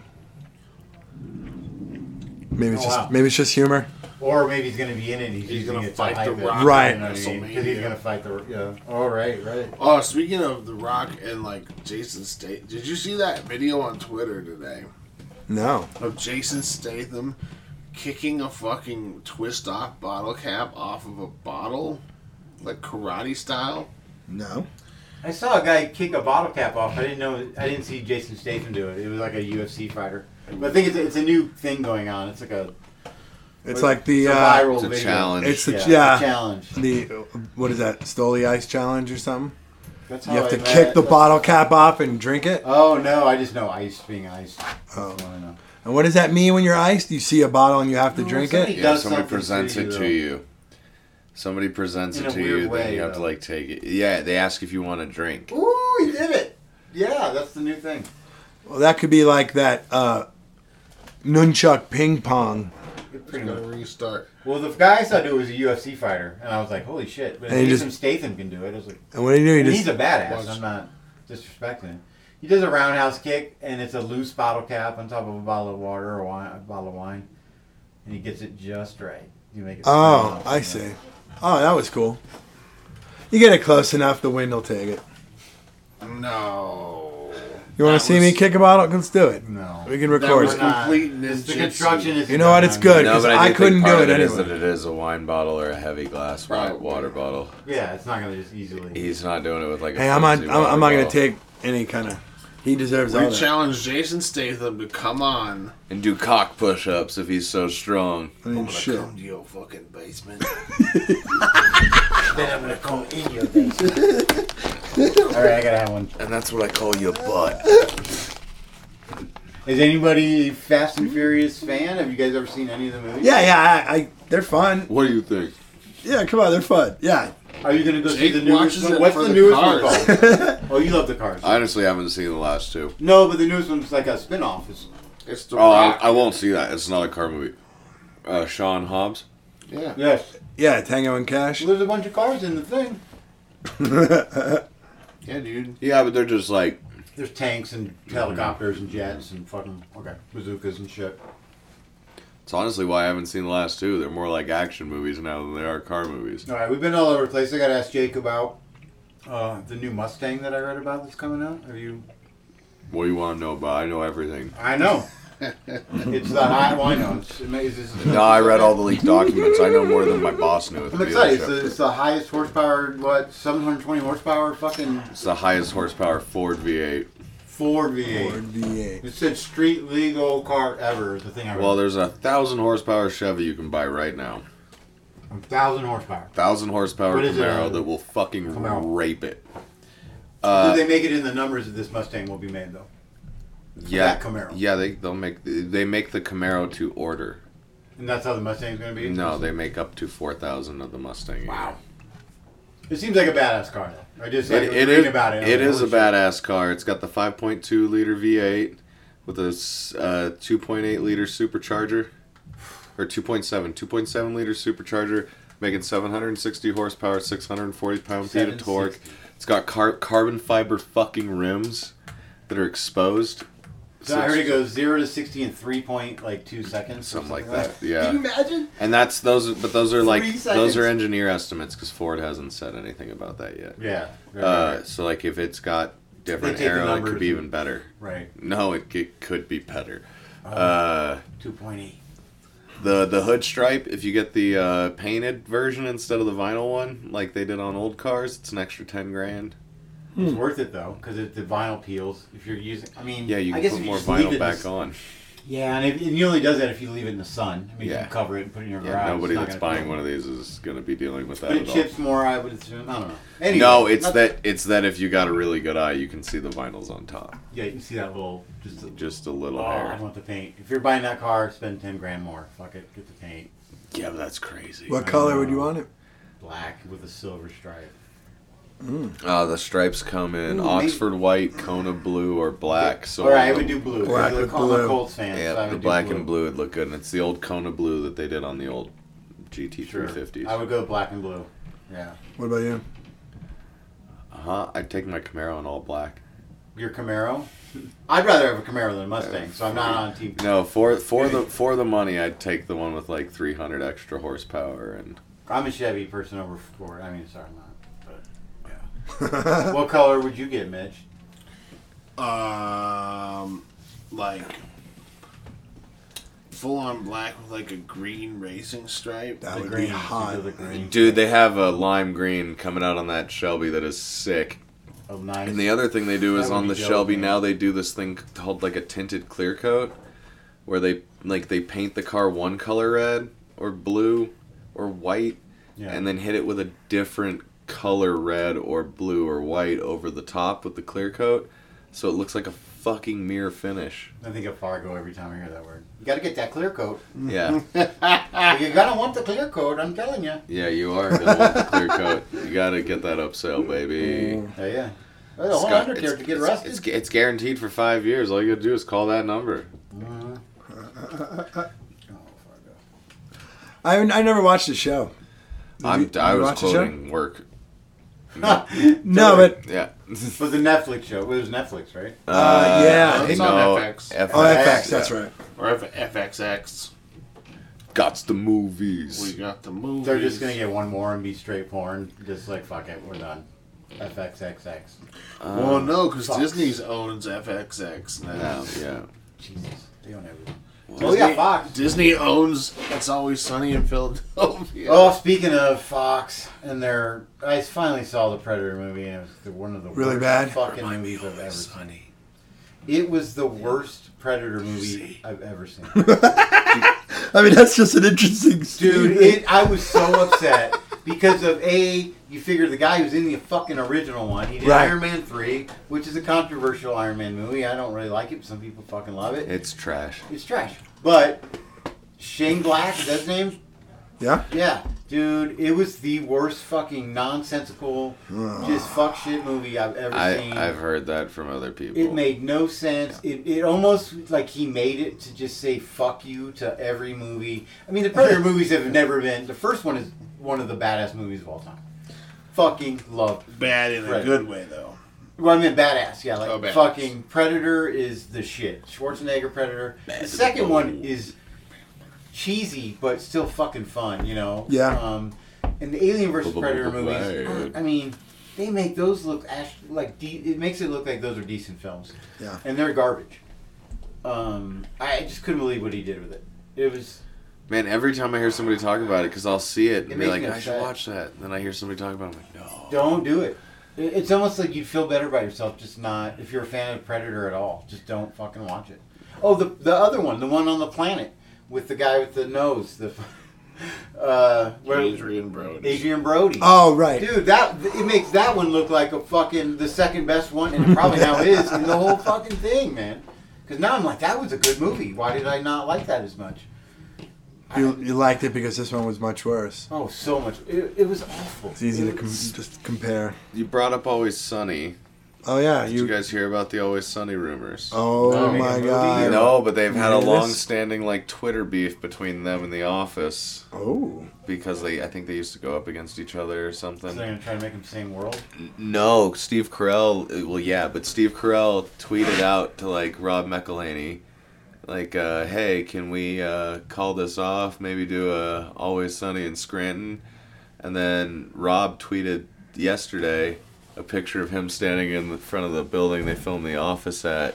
Speaker 4: Maybe it's
Speaker 6: Oh,
Speaker 4: just
Speaker 6: wow.
Speaker 4: maybe it's just humor.
Speaker 6: Or maybe he's gonna be in it. He's,
Speaker 7: He's
Speaker 6: using
Speaker 7: gonna
Speaker 6: it to
Speaker 7: fight The
Speaker 6: hype it.
Speaker 7: Rock
Speaker 4: Right.
Speaker 6: You know what I mean? 'Cause
Speaker 7: WrestleMania.
Speaker 6: he's gonna fight the yeah. Oh right, right.
Speaker 7: Oh, speaking of The Rock and like Jason Statham, did you see that video on Twitter today
Speaker 4: No.
Speaker 7: of Jason Statham kicking a fucking twist off bottle cap off of a bottle, like karate style?
Speaker 4: No.
Speaker 6: I saw a guy kick a bottle cap off. I didn't know. I didn't see Jason Statham do it. It was like a UFC fighter. But I think it's, it's a new thing going on. It's like a
Speaker 4: It's like the
Speaker 6: it's a
Speaker 4: uh,
Speaker 6: viral
Speaker 5: It's a
Speaker 6: video.
Speaker 5: challenge.
Speaker 4: it's the
Speaker 6: Yeah,
Speaker 4: yeah,
Speaker 6: it's a challenge.
Speaker 4: the what is that Stoli Ice Challenge or something?
Speaker 6: That's
Speaker 4: you have
Speaker 6: Oh, I
Speaker 4: to
Speaker 6: met-
Speaker 4: kick the
Speaker 6: that's-
Speaker 4: bottle cap off and drink it.
Speaker 6: Oh no! I just know ice being ice. Oh.
Speaker 4: And what does that mean when you're iced? You see a bottle and you have to
Speaker 6: No,
Speaker 4: drink
Speaker 6: somebody-
Speaker 4: it.
Speaker 6: He
Speaker 5: Yeah,
Speaker 6: does
Speaker 5: somebody
Speaker 6: something
Speaker 5: presents
Speaker 6: to you,
Speaker 5: it
Speaker 6: though.
Speaker 5: to you. Somebody presents
Speaker 6: In
Speaker 5: it
Speaker 6: a
Speaker 5: to
Speaker 6: weird
Speaker 5: you, then
Speaker 6: way,
Speaker 5: you have to
Speaker 6: though.
Speaker 5: like take it. Yeah, they ask if you want a drink.
Speaker 6: Ooh, he did it! Yeah, that's the new thing.
Speaker 4: Well, that could be like that uh, nunchuck ping pong,
Speaker 6: Pretty
Speaker 7: Gotta
Speaker 6: much.
Speaker 7: restart.
Speaker 6: Well, the guy I saw do it was a UFC fighter, and I was like, "Holy shit!" But
Speaker 4: And he
Speaker 6: Jason
Speaker 4: just-
Speaker 6: Statham can do it. I was like,
Speaker 4: and what do you do? You
Speaker 6: And
Speaker 4: just
Speaker 6: he's a badass. I'm not disrespecting him. He does a roundhouse kick, and it's a loose bottle cap on top of a bottle of water or wine, a bottle of wine, and he gets it just right. You make it.
Speaker 4: oh, I see. Oh, that was cool. You get it close enough, the wind will take it.
Speaker 7: No.
Speaker 4: You want
Speaker 7: That
Speaker 4: to see
Speaker 7: was-
Speaker 4: me kick a bottle? Let's do it.
Speaker 6: No.
Speaker 4: We can
Speaker 7: That
Speaker 4: record
Speaker 7: was
Speaker 4: it.
Speaker 7: complete
Speaker 6: It's the
Speaker 7: ninjutsu.
Speaker 6: construction is.
Speaker 4: You know what? It's good.
Speaker 5: No,
Speaker 4: 'cause
Speaker 5: but
Speaker 4: I
Speaker 5: I, do
Speaker 4: couldn't
Speaker 5: think part
Speaker 4: do
Speaker 5: of
Speaker 4: it
Speaker 5: it is
Speaker 4: anyway.
Speaker 5: that it is a wine bottle or a heavy glass wi-
Speaker 7: Probably.
Speaker 5: water bottle.
Speaker 6: Yeah, it's not gonna just easily.
Speaker 5: He's not doing it with like. a
Speaker 4: Hey, I'm on.
Speaker 5: fancy
Speaker 4: I'm,
Speaker 5: water
Speaker 4: I'm not gonna
Speaker 5: bottle.
Speaker 4: take any kind of. He deserves all
Speaker 7: We
Speaker 4: that.
Speaker 7: challenge Jason Statham to come on.
Speaker 5: and do cock push-ups if he's so strong.
Speaker 4: I mean, shit.
Speaker 7: Come to your fucking basement.
Speaker 6: Then I'm gonna call in your face. All right, I gotta have one.
Speaker 5: And that's what I call your butt.
Speaker 6: Is anybody a Fast and Furious fan? Have you guys ever seen any of the movies?
Speaker 4: Yeah, yeah. I, I. They're fun.
Speaker 5: What do you think?
Speaker 4: Yeah, come on, they're fun. Yeah.
Speaker 6: Are you gonna go see
Speaker 7: Jake
Speaker 6: the newest
Speaker 7: watches
Speaker 6: one?
Speaker 7: it
Speaker 6: What's
Speaker 7: for
Speaker 6: the
Speaker 7: the
Speaker 6: newest
Speaker 7: cars.
Speaker 6: one called? oh, you love the cars.
Speaker 5: I honestly haven't seen the last two.
Speaker 6: no, but the newest one's like a spin-off. It's
Speaker 7: It's the
Speaker 5: Oh, I,
Speaker 7: Rock.
Speaker 5: I won't see that. It's not a car movie. Uh, Sean Hobbs.
Speaker 7: yeah.
Speaker 6: Yes.
Speaker 4: Yeah, Tango and Cash.
Speaker 6: Well, there's a bunch of cars in the thing.
Speaker 7: Yeah, dude.
Speaker 5: Yeah, but they're just like
Speaker 6: There's tanks and
Speaker 5: Mm-hmm.
Speaker 6: helicopters and jets and fucking okay bazookas and shit.
Speaker 5: It's honestly why I haven't seen the last two. They're more like action movies now than they are car movies.
Speaker 6: All right, we've been all over the place. I got to ask Jake about uh, the new Mustang that I read about that's coming out. Have you?
Speaker 5: What do you want to know about? I know everything.
Speaker 6: I know. it's the high. Well, I know. It's amazing.
Speaker 5: No, I read all the leaked documents. I know more than my boss knew. At the
Speaker 6: I'm excited. It's
Speaker 5: dealership.
Speaker 6: the, it's the highest horsepower. What 720 horsepower fucking
Speaker 5: It's the highest horsepower Ford V8.
Speaker 6: Ford V8.
Speaker 4: Ford V8.
Speaker 6: It said street legal car ever. Is the thing I read.
Speaker 5: Well, there's a thousand horsepower Chevy you can buy right now.
Speaker 6: a thousand horsepower.
Speaker 5: Thousand horsepower
Speaker 6: What is it,
Speaker 5: Camaro
Speaker 6: uh,
Speaker 5: that will fucking
Speaker 6: Camaro?
Speaker 5: rape it. Uh,
Speaker 6: Do they make it in the numbers that this Mustang will be made though?
Speaker 5: Yeah,
Speaker 6: that Camaro?
Speaker 5: Yeah, they they'll make they make the Camaro to order.
Speaker 6: And that's how the Mustang's going to be.
Speaker 5: No, they make up to four thousand of the Mustang. Wow.
Speaker 6: It seems like a badass car though. I just like,
Speaker 5: It-
Speaker 6: was
Speaker 5: it
Speaker 6: reading
Speaker 5: is
Speaker 6: about it. and I
Speaker 5: It
Speaker 6: was
Speaker 5: is a
Speaker 6: like, holy shit.
Speaker 5: badass car. It's got the 5.2 liter V8 with a s- uh, 2.8 liter supercharger, or 2.7, 2.7 liter supercharger, making 760 horsepower, 640 pound feet of torque.
Speaker 6: 760.
Speaker 5: It's got car- carbon fiber fucking rims that are exposed.
Speaker 6: So I heard it goes zero to sixty in three point like two seconds. or
Speaker 5: Something like that, yeah.
Speaker 6: Can you imagine?
Speaker 5: And that's those, but those are like
Speaker 6: Three
Speaker 5: those are
Speaker 6: seconds.
Speaker 5: engineer estimates because Ford hasn't said anything about that yet.
Speaker 6: Yeah.
Speaker 5: Uh, so like Uh, if it's got different
Speaker 6: They take the
Speaker 5: arrow, it
Speaker 6: numbers
Speaker 5: could be
Speaker 6: and-
Speaker 5: even better.
Speaker 6: Right.
Speaker 5: No, it, it could be better. Uh,
Speaker 6: Two point eight.
Speaker 5: the the hood stripe, if you get the uh, painted version instead of the vinyl one, like they did on old cars, it's an extra ten grand.
Speaker 6: It's worth it though, because the vinyl peels. If you're using, I mean,
Speaker 5: Yeah, you
Speaker 6: I
Speaker 5: can
Speaker 6: guess
Speaker 5: put
Speaker 6: if you
Speaker 5: more
Speaker 6: just leave it
Speaker 5: vinyl
Speaker 6: in the
Speaker 5: back
Speaker 6: s-
Speaker 5: on.
Speaker 6: Yeah, and, if, and you only does that if you leave it in the sun. I mean, you
Speaker 5: Yeah.
Speaker 6: can cover it and put it in your garage.
Speaker 5: Yeah, nobody
Speaker 6: It's not
Speaker 5: that's
Speaker 6: gonna
Speaker 5: buying
Speaker 6: peel.
Speaker 5: one of these is gonna be dealing with that
Speaker 6: But
Speaker 5: at
Speaker 6: it
Speaker 5: all.
Speaker 6: chips more, I would assume. I don't know. Anyway,
Speaker 5: no, it's
Speaker 6: not-
Speaker 5: that it's that if you got a really good eye, you can see the vinyls on top,
Speaker 6: Yeah, you can see that little just. The,
Speaker 5: just a little
Speaker 6: oh, I
Speaker 5: hair.
Speaker 6: want the paint. If you're buying that car, spend ten grand more. Fuck it, get the paint
Speaker 5: Yeah, but that's crazy.
Speaker 4: What color would you want it?
Speaker 6: black with a silver stripe.
Speaker 5: Uh, the stripes come in
Speaker 6: Ooh,
Speaker 5: Oxford white, Kona blue, or black. So
Speaker 6: All right, I would do blue. 'cause
Speaker 4: Black
Speaker 6: I'm a-
Speaker 4: with
Speaker 6: I'm
Speaker 4: blue.
Speaker 6: a Colts fan, so I
Speaker 5: Yeah,
Speaker 6: would
Speaker 5: the
Speaker 6: do
Speaker 5: black and blue would look good, and it's the old Kona blue that they did on the old GT
Speaker 6: Sure.
Speaker 5: 350s.
Speaker 6: I would go black and blue. Yeah,
Speaker 4: What about you?
Speaker 5: huh. Uh-huh, I'd take my Camaro in all black.
Speaker 6: your Camaro. I'd rather have a Camaro than a Mustang, so I'm not on team.
Speaker 5: No, for for the for the money, I'd take the one with like 300 extra horsepower and
Speaker 6: I'm a Chevy person over Ford. I mean, sorry, I'm not. But yeah. what color would you get, Mitch?
Speaker 7: Um, like full on black with like a green racing stripe.
Speaker 4: That
Speaker 6: The
Speaker 4: would
Speaker 6: green.
Speaker 4: be
Speaker 6: You
Speaker 4: hot.
Speaker 6: do The green.
Speaker 5: dude, they have a lime green coming out on that Shelby that is sick.
Speaker 6: Oh, nice.
Speaker 5: And the other thing they do is
Speaker 6: That would
Speaker 5: on
Speaker 6: be
Speaker 5: the
Speaker 6: dope,
Speaker 5: Shelby
Speaker 6: man.
Speaker 5: now they do this thing called like a tinted clear coat, where they like they paint the car one color red or blue or white,
Speaker 6: Yeah.
Speaker 5: and then hit it with a different color red or blue or white over the top with the clear coat, so it looks like a fucking mirror finish.
Speaker 6: I think of Fargo every time I hear that word. You got to get that clear coat.
Speaker 5: Yeah,
Speaker 6: you gotta want the clear coat. I'm telling you.
Speaker 5: yeah, you are gonna want the clear coat. You gotta get that upsell, baby.
Speaker 6: Oh yeah. Well, the whole
Speaker 5: got-
Speaker 6: undercarriage to get
Speaker 5: it's-
Speaker 6: rusted.
Speaker 5: It's, it's guaranteed for five years. All you gotta do is call that number.
Speaker 6: Uh, oh, Fargo.
Speaker 4: I I never watched the show.
Speaker 5: I'm,
Speaker 4: you-
Speaker 5: I
Speaker 4: you
Speaker 5: was
Speaker 4: watch the show?
Speaker 5: quoting work.
Speaker 4: No, but
Speaker 5: Yeah.
Speaker 6: But the Netflix show. It was Netflix, right?
Speaker 4: uh, yeah.
Speaker 7: it's
Speaker 4: It-
Speaker 7: on
Speaker 5: no,
Speaker 7: FX.
Speaker 4: oh, FX. That's
Speaker 5: yeah.
Speaker 4: right.
Speaker 7: Or F- FXX.
Speaker 5: Got the
Speaker 7: We
Speaker 5: movies.
Speaker 7: got the movie.
Speaker 6: They're just gonna get one more and be straight porn. Just like fuck it, we're done. FXXX.
Speaker 7: Uh, well, no, because
Speaker 6: Fox.
Speaker 7: Disney's owns FXX now.
Speaker 5: No, Um, yeah.
Speaker 6: Jesus, they own everything. Oh yeah,
Speaker 7: Disney-
Speaker 6: Fox.
Speaker 7: Disney owns It's Always Sunny in Philadelphia.
Speaker 6: Oh, speaking of Fox and their, I finally saw the Predator movie and it was the, one of the
Speaker 4: Really
Speaker 6: worst
Speaker 4: bad?
Speaker 6: fucking movies I've ever seen. It was the worst Predator movie I've ever seen.
Speaker 4: I mean, that's just an interesting
Speaker 6: Dude,
Speaker 4: statement.
Speaker 6: it, I was so upset because of a. You figure the guy who's in the fucking original one. He did
Speaker 4: Right.
Speaker 6: Iron Man three, which is a controversial Iron Man movie. I don't really like it. But some people fucking love it.
Speaker 5: It's trash.
Speaker 6: It's trash. But Shane Black, is that his name?
Speaker 4: yeah.
Speaker 6: Yeah, dude, it was the worst fucking nonsensical, just fuck shit movie I've ever
Speaker 5: I,
Speaker 6: seen.
Speaker 5: I've heard that from other people.
Speaker 6: It made no sense. It, it almost like he made it to just say fuck you to every movie. I mean, the Predator movies have never been. The first one is one of the badass movies of all time. Fucking love.
Speaker 7: Bad in
Speaker 6: Right.
Speaker 7: a good way, though.
Speaker 6: Well, I mean, badass. Yeah, like
Speaker 7: Oh, badass.
Speaker 6: fucking Predator is the shit. Schwarzenegger Predator. The second one is cheesy, but still fucking fun. You know.
Speaker 4: Yeah.
Speaker 6: Um, and the Alien versus Predator movies. uh,
Speaker 5: Right.
Speaker 6: I mean, they make those look actually like de- it makes it look like those are decent films
Speaker 4: Yeah.
Speaker 6: and they're garbage. Um, I just couldn't believe what he did with it. It was
Speaker 5: Man, every time I hear somebody talk about it, because I'll see it and
Speaker 6: It
Speaker 5: be
Speaker 6: makes
Speaker 5: like,
Speaker 6: me
Speaker 5: I should
Speaker 6: upset.
Speaker 5: watch that. Then I hear somebody talk about it, I'm like, no.
Speaker 6: don't do it. It- It's almost like you'd feel better about yourself just not if you're a fan of Predator at all. Just don't fucking watch it. Oh, the the other one, the one on the planet with the guy with the nose, the uh, where,
Speaker 7: Adrian Brody.
Speaker 6: Adrian Brody.
Speaker 4: Oh right.
Speaker 6: Dude, that it makes that one look like a fucking the second best one, and it probably now is in the whole fucking thing, man. Because now I'm like, that was a good movie. Why did I not like that as much?
Speaker 4: You, you liked it because this one was much worse.
Speaker 6: Oh, so much. It, it was awful.
Speaker 4: It's easy to com- just compare.
Speaker 5: You brought up Always Sunny.
Speaker 4: Oh yeah,
Speaker 5: Did you
Speaker 4: you.
Speaker 5: guys hear about the Always Sunny rumors?
Speaker 4: Oh
Speaker 6: Make a
Speaker 4: my
Speaker 6: movie
Speaker 4: god.
Speaker 6: or-
Speaker 5: No, but they've had a
Speaker 4: Hear this?
Speaker 5: long-standing like Twitter beef between them and The Office
Speaker 4: Oh.
Speaker 5: because they, I think they used to go up against each other or something.
Speaker 6: So they're gonna try to make them same world.
Speaker 5: No, Steve Carell. uh, Well, yeah, but Steve Carell tweeted out to like Rob McElhaney, like, uh, "Hey, can we uh, call this off? Maybe do a Always Sunny in Scranton." And then Rob tweeted yesterday, a picture of him standing in the front of the building they filmed The Office at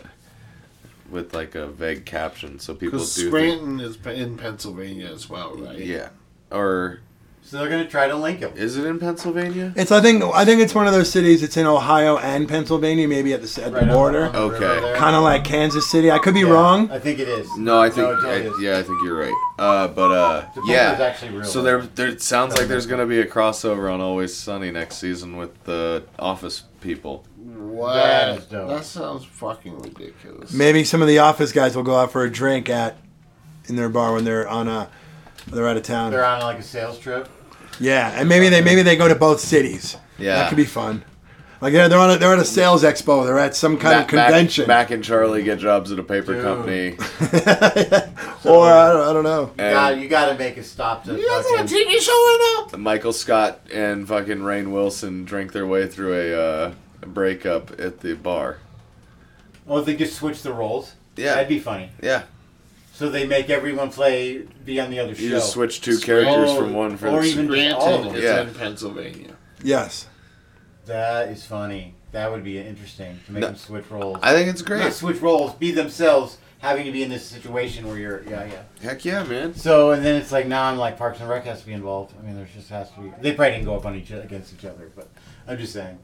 Speaker 5: with like a vague caption, so people do.
Speaker 7: Because
Speaker 5: think-
Speaker 7: Scranton is pe- in Pennsylvania as well, right?
Speaker 5: yeah, or
Speaker 6: So they're gonna try to link him.
Speaker 5: is it in Pennsylvania?
Speaker 4: It's I think I think it's one of those cities. It's in Ohio and Pennsylvania, maybe at the s- at the
Speaker 6: Right on-
Speaker 4: border,
Speaker 6: on the river
Speaker 5: Okay.
Speaker 6: there.
Speaker 4: kind of like Kansas City. I could be
Speaker 6: Yeah,
Speaker 4: wrong.
Speaker 6: I think it is.
Speaker 5: No, I think
Speaker 6: it totally
Speaker 5: I-
Speaker 6: is.
Speaker 5: yeah, I think you're right. Uh, but uh,
Speaker 6: The paper's
Speaker 5: yeah,
Speaker 6: actually real.
Speaker 5: So there, there it sounds like there's gonna be a crossover on Always Sunny next season with the Office people.
Speaker 7: What?
Speaker 6: That is dope.
Speaker 7: That sounds fucking ridiculous.
Speaker 4: Maybe some of the office guys will go out for a drink at in their bar when they're on a they're out of town.
Speaker 6: They're on like a sales trip.
Speaker 4: yeah, and maybe they maybe they go to both cities.
Speaker 5: Yeah.
Speaker 4: that could be fun. Like they're, they're on a, they're at a sales expo. They're at some kind of
Speaker 5: Mac- Mac-
Speaker 4: convention,
Speaker 5: Mac and Charlie get jobs at a paper
Speaker 6: Dude.
Speaker 5: company.
Speaker 4: or I don't, I don't know.
Speaker 6: You gotta,
Speaker 5: And
Speaker 6: you gotta make a stop to. fucking-
Speaker 5: Michael Scott and fucking Rain Wilson drink their way through a uh, breakup at the bar.
Speaker 6: Well, if they just switch the roles,
Speaker 5: Yeah.
Speaker 6: that'd be funny.
Speaker 5: Yeah,
Speaker 6: So they make everyone play be on the other show.
Speaker 5: you just switch two characters from one for
Speaker 6: or
Speaker 5: the
Speaker 6: even- all of
Speaker 7: Granted,
Speaker 6: them.
Speaker 7: it's
Speaker 5: Yeah.
Speaker 7: in Pennsylvania.
Speaker 4: Yes,
Speaker 6: That is funny. That would be interesting to make
Speaker 5: No.
Speaker 6: them switch roles.
Speaker 5: I think it's
Speaker 6: Not
Speaker 5: great.
Speaker 6: switch roles, be themselves, having to be in this situation where you're, yeah, yeah.
Speaker 5: Heck yeah, man.
Speaker 6: So and then it's like now I'm like Parks and Rec has to be involved. I mean, there's just has to be. They probably didn't go up on each against each other, but I'm just saying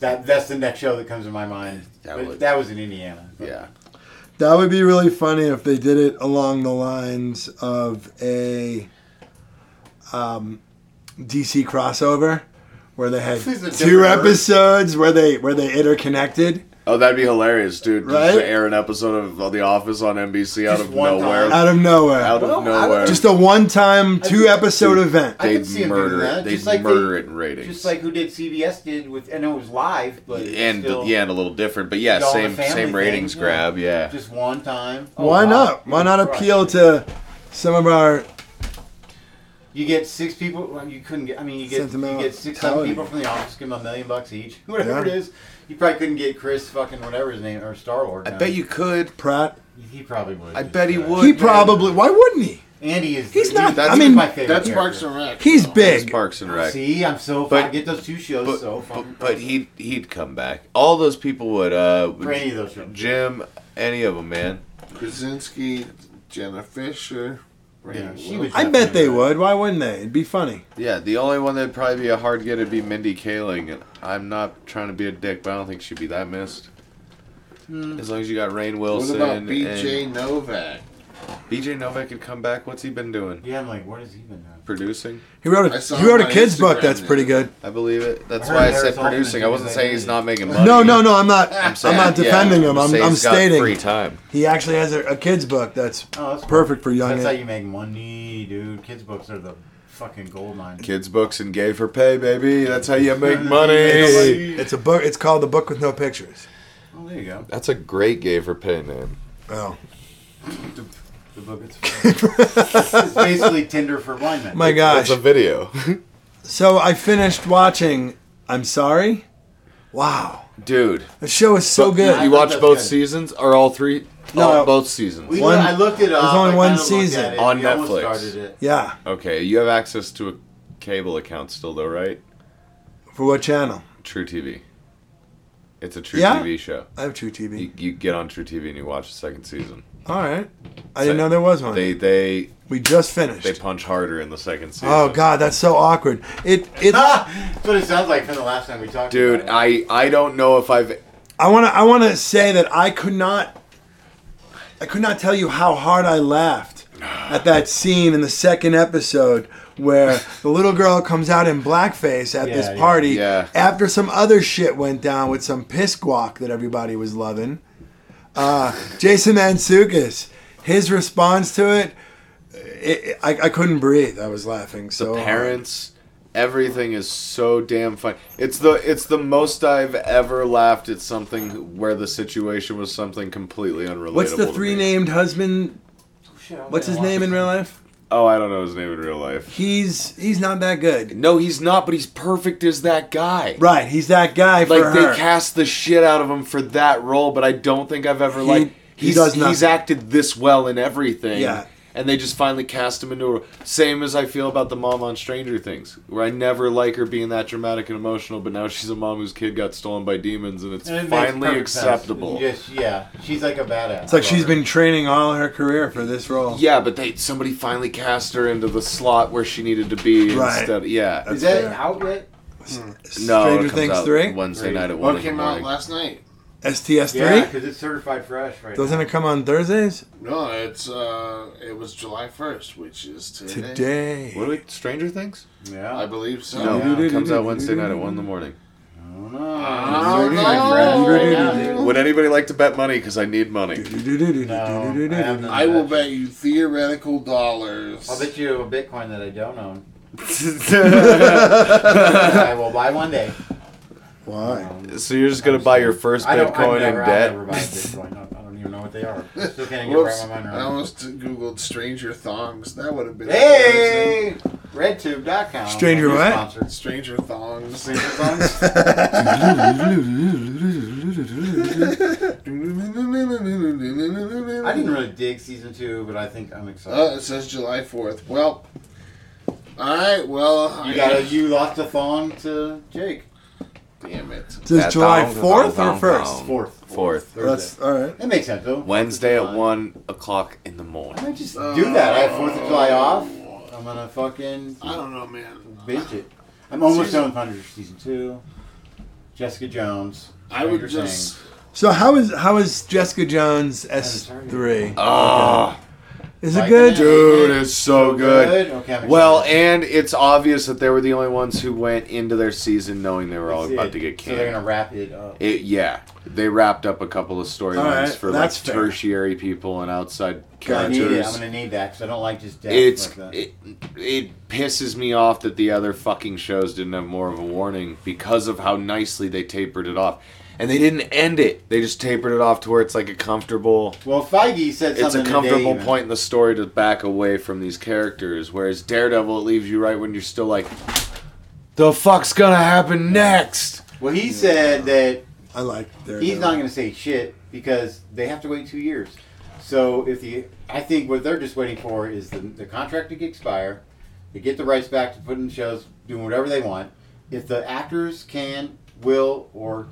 Speaker 6: that that's the next show that comes to my mind.
Speaker 5: That
Speaker 6: But
Speaker 5: would-
Speaker 6: that was in Indiana. but-
Speaker 5: Yeah.
Speaker 4: that would be really funny if they did it along the lines of a um, DC crossover, where they had
Speaker 6: This is a
Speaker 4: two
Speaker 6: different
Speaker 4: episodes where they where they interconnected.
Speaker 5: Oh, that'd be hilarious, dude. Just
Speaker 4: Right?
Speaker 5: to air an episode of The Office on NBC out
Speaker 6: Just
Speaker 5: of
Speaker 6: one
Speaker 5: nowhere.
Speaker 6: time.
Speaker 4: out of nowhere.
Speaker 5: Out
Speaker 6: Well,
Speaker 5: of
Speaker 6: I-
Speaker 5: nowhere.
Speaker 4: just a one-time, two-episode
Speaker 5: Dude,
Speaker 4: event.
Speaker 6: I could
Speaker 5: They'd
Speaker 6: see 'em doing
Speaker 5: murder
Speaker 6: that,
Speaker 5: it. They'd
Speaker 6: just like
Speaker 5: murder
Speaker 6: they-
Speaker 5: it in ratings.
Speaker 6: Just like who did CBS did with, I know it was live, but it's
Speaker 5: and
Speaker 6: still
Speaker 5: yeah, and a little different, but yeah,
Speaker 6: All the
Speaker 5: same
Speaker 6: family
Speaker 5: same
Speaker 6: thing,
Speaker 5: ratings
Speaker 6: yeah.
Speaker 5: grab. Yeah.
Speaker 6: just one time. Oh,
Speaker 4: Why
Speaker 6: wow.
Speaker 4: not? Why not
Speaker 6: Christ.
Speaker 4: appeal to some of our?
Speaker 6: You get six people. well, You couldn't get. I mean, you get you
Speaker 4: Sentimental
Speaker 6: get six seven
Speaker 4: talent.
Speaker 6: people from the office. Give them a million bucks each. Whatever
Speaker 4: Yeah.
Speaker 6: it is, you probably couldn't get Chris fucking whatever his name or Star Lord.
Speaker 5: I bet you could.
Speaker 4: Pratt.
Speaker 6: He probably would.
Speaker 5: I
Speaker 6: just
Speaker 5: bet he
Speaker 6: about.
Speaker 5: would.
Speaker 4: He probably. Why wouldn't he?
Speaker 6: Andy is.
Speaker 4: He's not-
Speaker 6: That's
Speaker 4: I mean-
Speaker 6: my favorite.
Speaker 7: That's
Speaker 6: character.
Speaker 7: Parks and Rec.
Speaker 4: He's
Speaker 7: though.
Speaker 5: It's
Speaker 4: big.
Speaker 5: Parks and Rec.
Speaker 6: See, I'm so.
Speaker 5: But-
Speaker 6: But, I get those two shows
Speaker 5: But,
Speaker 6: so fucking.
Speaker 5: but, but he'd he'd come back. All those people would. Uh,
Speaker 6: For any of those shows.
Speaker 5: Jim, any of them, man.
Speaker 7: Krasinski, Jenna Fisher.
Speaker 6: Yeah,
Speaker 7: Rainn
Speaker 6: she was
Speaker 4: I bet they would. Why wouldn't they? It'd be funny.
Speaker 5: Yeah, the only one that'd probably be a hard get would be Mindy Kaling, and I'm not trying to be a dick, but I don't think she'd be that missed.
Speaker 6: Hmm.
Speaker 5: As long as you got Rain
Speaker 7: What
Speaker 5: Wilson
Speaker 7: about
Speaker 5: and-
Speaker 7: BJ Novak?
Speaker 5: BJ Novak could come back. What's he been doing?
Speaker 6: Yeah, I'm like, what has he been doing?
Speaker 5: Producing,
Speaker 4: He wrote
Speaker 7: I
Speaker 4: a
Speaker 7: saw
Speaker 4: he wrote
Speaker 7: him
Speaker 4: a
Speaker 7: on
Speaker 4: kids book.
Speaker 7: Instagram
Speaker 4: That's
Speaker 7: the
Speaker 4: pretty
Speaker 7: other
Speaker 4: good.
Speaker 5: I believe it. That's
Speaker 6: I heard
Speaker 5: why I
Speaker 6: Harris
Speaker 5: said
Speaker 6: Altman
Speaker 5: producing.
Speaker 6: is
Speaker 5: I wasn't
Speaker 6: doing
Speaker 5: saying
Speaker 6: that.
Speaker 5: he's not making money.
Speaker 4: No, no, no. I'm not.
Speaker 5: I'm,
Speaker 4: I'm,
Speaker 5: saying,
Speaker 4: not
Speaker 5: yeah,
Speaker 4: defending him. I'm,
Speaker 5: saying
Speaker 4: I'm
Speaker 5: he's got
Speaker 4: stating
Speaker 5: free time.
Speaker 4: he actually has a, a kids book that's
Speaker 6: Oh, that's
Speaker 4: perfect for young.
Speaker 6: That's how you make money, dude. Kids books are the fucking gold mine.
Speaker 5: Kids books and gay for pay, baby. That's how you make money.
Speaker 6: Money.
Speaker 4: It's a book. It's called the book with no pictures.
Speaker 6: Oh, there you go.
Speaker 5: That's a great gay for pay name.
Speaker 4: Oh
Speaker 6: The book. It's, it's basically Tinder for blind men.
Speaker 4: my gosh!
Speaker 5: That's a video.
Speaker 4: So I finished watching. I'm sorry. Wow,
Speaker 5: Dude,
Speaker 4: the show is so
Speaker 5: But
Speaker 4: good.
Speaker 5: You
Speaker 6: I
Speaker 5: watch
Speaker 6: thought
Speaker 5: both
Speaker 6: that's good.
Speaker 5: seasons or all three?
Speaker 4: No.
Speaker 5: all, both seasons.
Speaker 6: We,
Speaker 4: One-
Speaker 6: I looked it up.
Speaker 4: only
Speaker 6: I
Speaker 4: one
Speaker 6: kinda looked at
Speaker 4: season.
Speaker 6: it.
Speaker 5: On
Speaker 6: We almost
Speaker 5: Netflix.
Speaker 6: started it.
Speaker 4: yeah,
Speaker 5: Okay, you have access to a cable account still, though, right?
Speaker 4: for what channel?
Speaker 5: True TV. It's a True
Speaker 4: Yeah.
Speaker 5: TV show.
Speaker 4: I have True TV.
Speaker 5: You, you get on True TV and you watch the second season.
Speaker 4: All right. I didn't know there was one.
Speaker 5: They they
Speaker 4: we just
Speaker 5: they
Speaker 4: finished.
Speaker 5: punch harder in the second season.
Speaker 4: Oh god, that's so awkward. It it
Speaker 5: Ah,
Speaker 6: That's what it sounds like from the last time we talked.
Speaker 5: dude,
Speaker 6: about
Speaker 5: I I don't know if I've
Speaker 4: I want to I want to say that I could not I could not tell you how hard I laughed at that scene in the second episode where the little girl comes out in blackface at
Speaker 6: Yeah,
Speaker 4: this
Speaker 6: yeah.
Speaker 4: party
Speaker 5: Yeah.
Speaker 4: after some other shit went down with some piss guac that everybody was loving. Uh, Jason Mantzoukas, his response to it, it, it- I, I couldn't breathe. I was laughing so hard.
Speaker 5: parents. Everything is so damn funny. It's the it's the most I've ever laughed at something where the situation was something completely unrelatable.
Speaker 4: What's the
Speaker 5: to
Speaker 4: three
Speaker 5: me.
Speaker 4: named husband?
Speaker 6: it.
Speaker 4: What's his name in real life?
Speaker 5: Oh, I don't know his name in real life.
Speaker 4: He's he's not that good.
Speaker 5: No, he's not, but he's perfect as that guy.
Speaker 4: Right, he's that guy for
Speaker 5: Like
Speaker 4: her.
Speaker 5: they cast the shit out of him for that role, but I don't think I've ever
Speaker 4: He-
Speaker 5: like
Speaker 4: he
Speaker 5: he's
Speaker 4: does
Speaker 5: he's
Speaker 4: nothing.
Speaker 5: acted this well in everything.
Speaker 4: yeah,
Speaker 5: and they just finally cast him into a same as I feel about the mom on Stranger Things, where I never like her being that dramatic and emotional, but now she's a mom whose kid got stolen by demons, and it's
Speaker 6: And it makes
Speaker 5: finally
Speaker 6: perfect sense.
Speaker 5: acceptable.
Speaker 6: Yes, yeah. She's like a badass.
Speaker 4: It's like she's been training all her career for this role.
Speaker 5: Yeah, but they somebody finally cast her into the slot where she needed to be
Speaker 4: Right. Uh,
Speaker 5: instead. Yeah,
Speaker 6: Is that out yet?
Speaker 5: no, it
Speaker 4: Stranger
Speaker 5: comes
Speaker 4: Things
Speaker 5: out
Speaker 4: three,
Speaker 5: Wednesday
Speaker 6: Three.
Speaker 5: night at one
Speaker 7: What
Speaker 5: in the
Speaker 7: came out
Speaker 5: morning.
Speaker 7: last night?
Speaker 4: STS three.
Speaker 6: Yeah, because it's certified fresh right
Speaker 4: Doesn't it come on Thursdays?
Speaker 7: No, it's uh, it was July first, which is today.
Speaker 4: Today.
Speaker 5: What are we? Stranger Things?
Speaker 6: now. Yeah.
Speaker 7: I believe so.
Speaker 5: No,
Speaker 6: Yeah.
Speaker 5: it comes out Wednesday night at one in the morning.
Speaker 6: I don't know.
Speaker 5: Ah.
Speaker 4: Oh,
Speaker 7: I don't
Speaker 6: It's certified fresh right now, dude.
Speaker 5: Would anybody like to bet money? Because I need money.
Speaker 6: No, I haven't.
Speaker 7: I will bet you theoretical dollars.
Speaker 6: I'll bet you a Bitcoin that I don't own.
Speaker 5: so
Speaker 6: I will buy one day.
Speaker 4: Why?
Speaker 5: you're just gonna buy your first
Speaker 6: I don't.
Speaker 5: Bitcoin
Speaker 6: I've never,
Speaker 5: in
Speaker 6: I've never
Speaker 5: debt?
Speaker 6: bought Bitcoin. I don't- I don't even know what they are. Still can't get
Speaker 7: Whoops,
Speaker 6: right my mind
Speaker 7: I
Speaker 6: around.
Speaker 7: almost googled stranger thongs. That would have been
Speaker 6: Hey, RedTube.com.
Speaker 4: Stranger
Speaker 6: New
Speaker 4: what?
Speaker 6: sponsor.
Speaker 7: amazing. stranger thongs.
Speaker 6: Stranger thongs. I
Speaker 7: I
Speaker 6: didn't really dig season two, but I think I'm excited.
Speaker 7: Oh, it says July fourth. Well, all right. Well,
Speaker 6: you
Speaker 7: I-
Speaker 6: got a you lost a thong to Jake.
Speaker 7: Damn it.
Speaker 4: Is July fourth or first?
Speaker 6: Fourth.
Speaker 5: Fourth.
Speaker 6: Thursday.
Speaker 4: That's all right.
Speaker 6: That makes sense though.
Speaker 5: Wednesday at one o'clock in the morning.
Speaker 6: I'm gonna just do that. I have Fourth of July off. I'm gonna fucking
Speaker 7: I don't know, man.
Speaker 6: binge it. I'm almost
Speaker 7: Season-
Speaker 6: done with Punisher season two. Jessica Jones.
Speaker 7: I would
Speaker 6: Stranger
Speaker 7: just.
Speaker 6: Things.
Speaker 4: So how is how is Jessica Jones S three?
Speaker 5: Oh,
Speaker 4: Is it
Speaker 6: Like
Speaker 4: good?
Speaker 6: it? Dude,
Speaker 5: it's so
Speaker 6: Okay. I'm
Speaker 5: Well,
Speaker 6: excited.
Speaker 5: and it's obvious that they were the only ones who went into their season knowing they were all
Speaker 6: That's
Speaker 5: about
Speaker 6: it.
Speaker 5: to get
Speaker 6: So they're
Speaker 5: canned.
Speaker 6: gonna wrap it up.
Speaker 5: It, yeah, they wrapped up a couple of storylines
Speaker 4: Alright,
Speaker 5: for like
Speaker 4: that's fair.
Speaker 5: tertiary people and outside
Speaker 6: I need it. I'm
Speaker 5: characters.
Speaker 6: gonna need that because I don't like just death
Speaker 5: It's
Speaker 6: like that.
Speaker 5: it, it pisses me off that the other fucking shows didn't have more of a warning because of how nicely they tapered it off, and they didn't end it. They just tapered it off to where it's like a comfortable.
Speaker 6: well, Feige said
Speaker 5: It's
Speaker 6: something
Speaker 5: a comfortable
Speaker 6: today,
Speaker 5: point in the story to back away from these characters, whereas Daredevil it leaves you right when you're still like, the fuck's gonna happen next?
Speaker 6: Even. Well, he said that
Speaker 4: I like. Daredevil.
Speaker 6: he's not going to say shit because they have to wait two years. So if the, I think what they're just waiting for is the, the contract to expire, to get the rights back to put in shows, doing whatever they want. If the actors can, will, or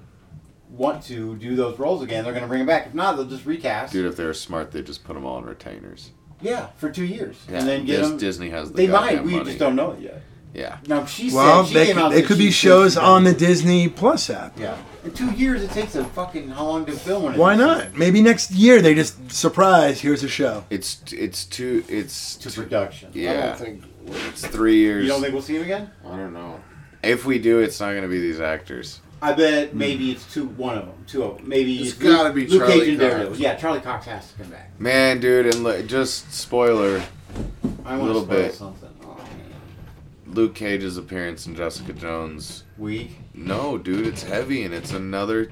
Speaker 6: want to do those roles again, they're going to bring them back. If not, they'll just recast.
Speaker 5: Dude, if they were smart, they just put them all in retainers.
Speaker 6: Yeah, for two years,
Speaker 5: Yeah,
Speaker 6: and then get
Speaker 5: Dis-
Speaker 6: them.
Speaker 5: Disney has the
Speaker 6: they might.
Speaker 5: goddamn
Speaker 6: We
Speaker 5: money.
Speaker 6: just don't know it yet.
Speaker 5: Yeah.
Speaker 6: Now she
Speaker 4: Well,
Speaker 6: said she
Speaker 4: they
Speaker 6: came out.
Speaker 4: could, they
Speaker 6: that
Speaker 4: could
Speaker 6: she
Speaker 4: be
Speaker 6: thinks
Speaker 4: shows
Speaker 6: she's
Speaker 4: on the
Speaker 6: done.
Speaker 4: Disney Plus app.
Speaker 6: Yeah, in two years it takes a fucking how long to film one? of
Speaker 4: Why
Speaker 6: these
Speaker 4: not? Maybe next year they just surprise. Here's a show.
Speaker 5: It's it's two it's
Speaker 6: to
Speaker 5: two-
Speaker 6: production? Oh,
Speaker 7: I
Speaker 5: yeah
Speaker 7: don't think.
Speaker 5: it's three years.
Speaker 6: You don't think we'll see him again?
Speaker 7: I don't know.
Speaker 5: if we do, it's not gonna be these actors.
Speaker 6: I bet
Speaker 5: Hmm.
Speaker 6: maybe it's two, one of them, two of them. Maybe
Speaker 7: It's
Speaker 6: it's Luke-
Speaker 7: gotta be
Speaker 6: Luke
Speaker 7: Charlie
Speaker 6: Cage and
Speaker 7: Cox.
Speaker 6: Daredevil. Yeah, Charlie Cox has to come back.
Speaker 5: Man, dude, and look, just spoiler:
Speaker 6: I want
Speaker 5: Little
Speaker 6: to spoil
Speaker 5: bit.
Speaker 6: something. Oh, man.
Speaker 5: Luke Cage's appearance in Jessica Jones.
Speaker 6: Weak.
Speaker 5: No, dude, it's heavy, and it's another.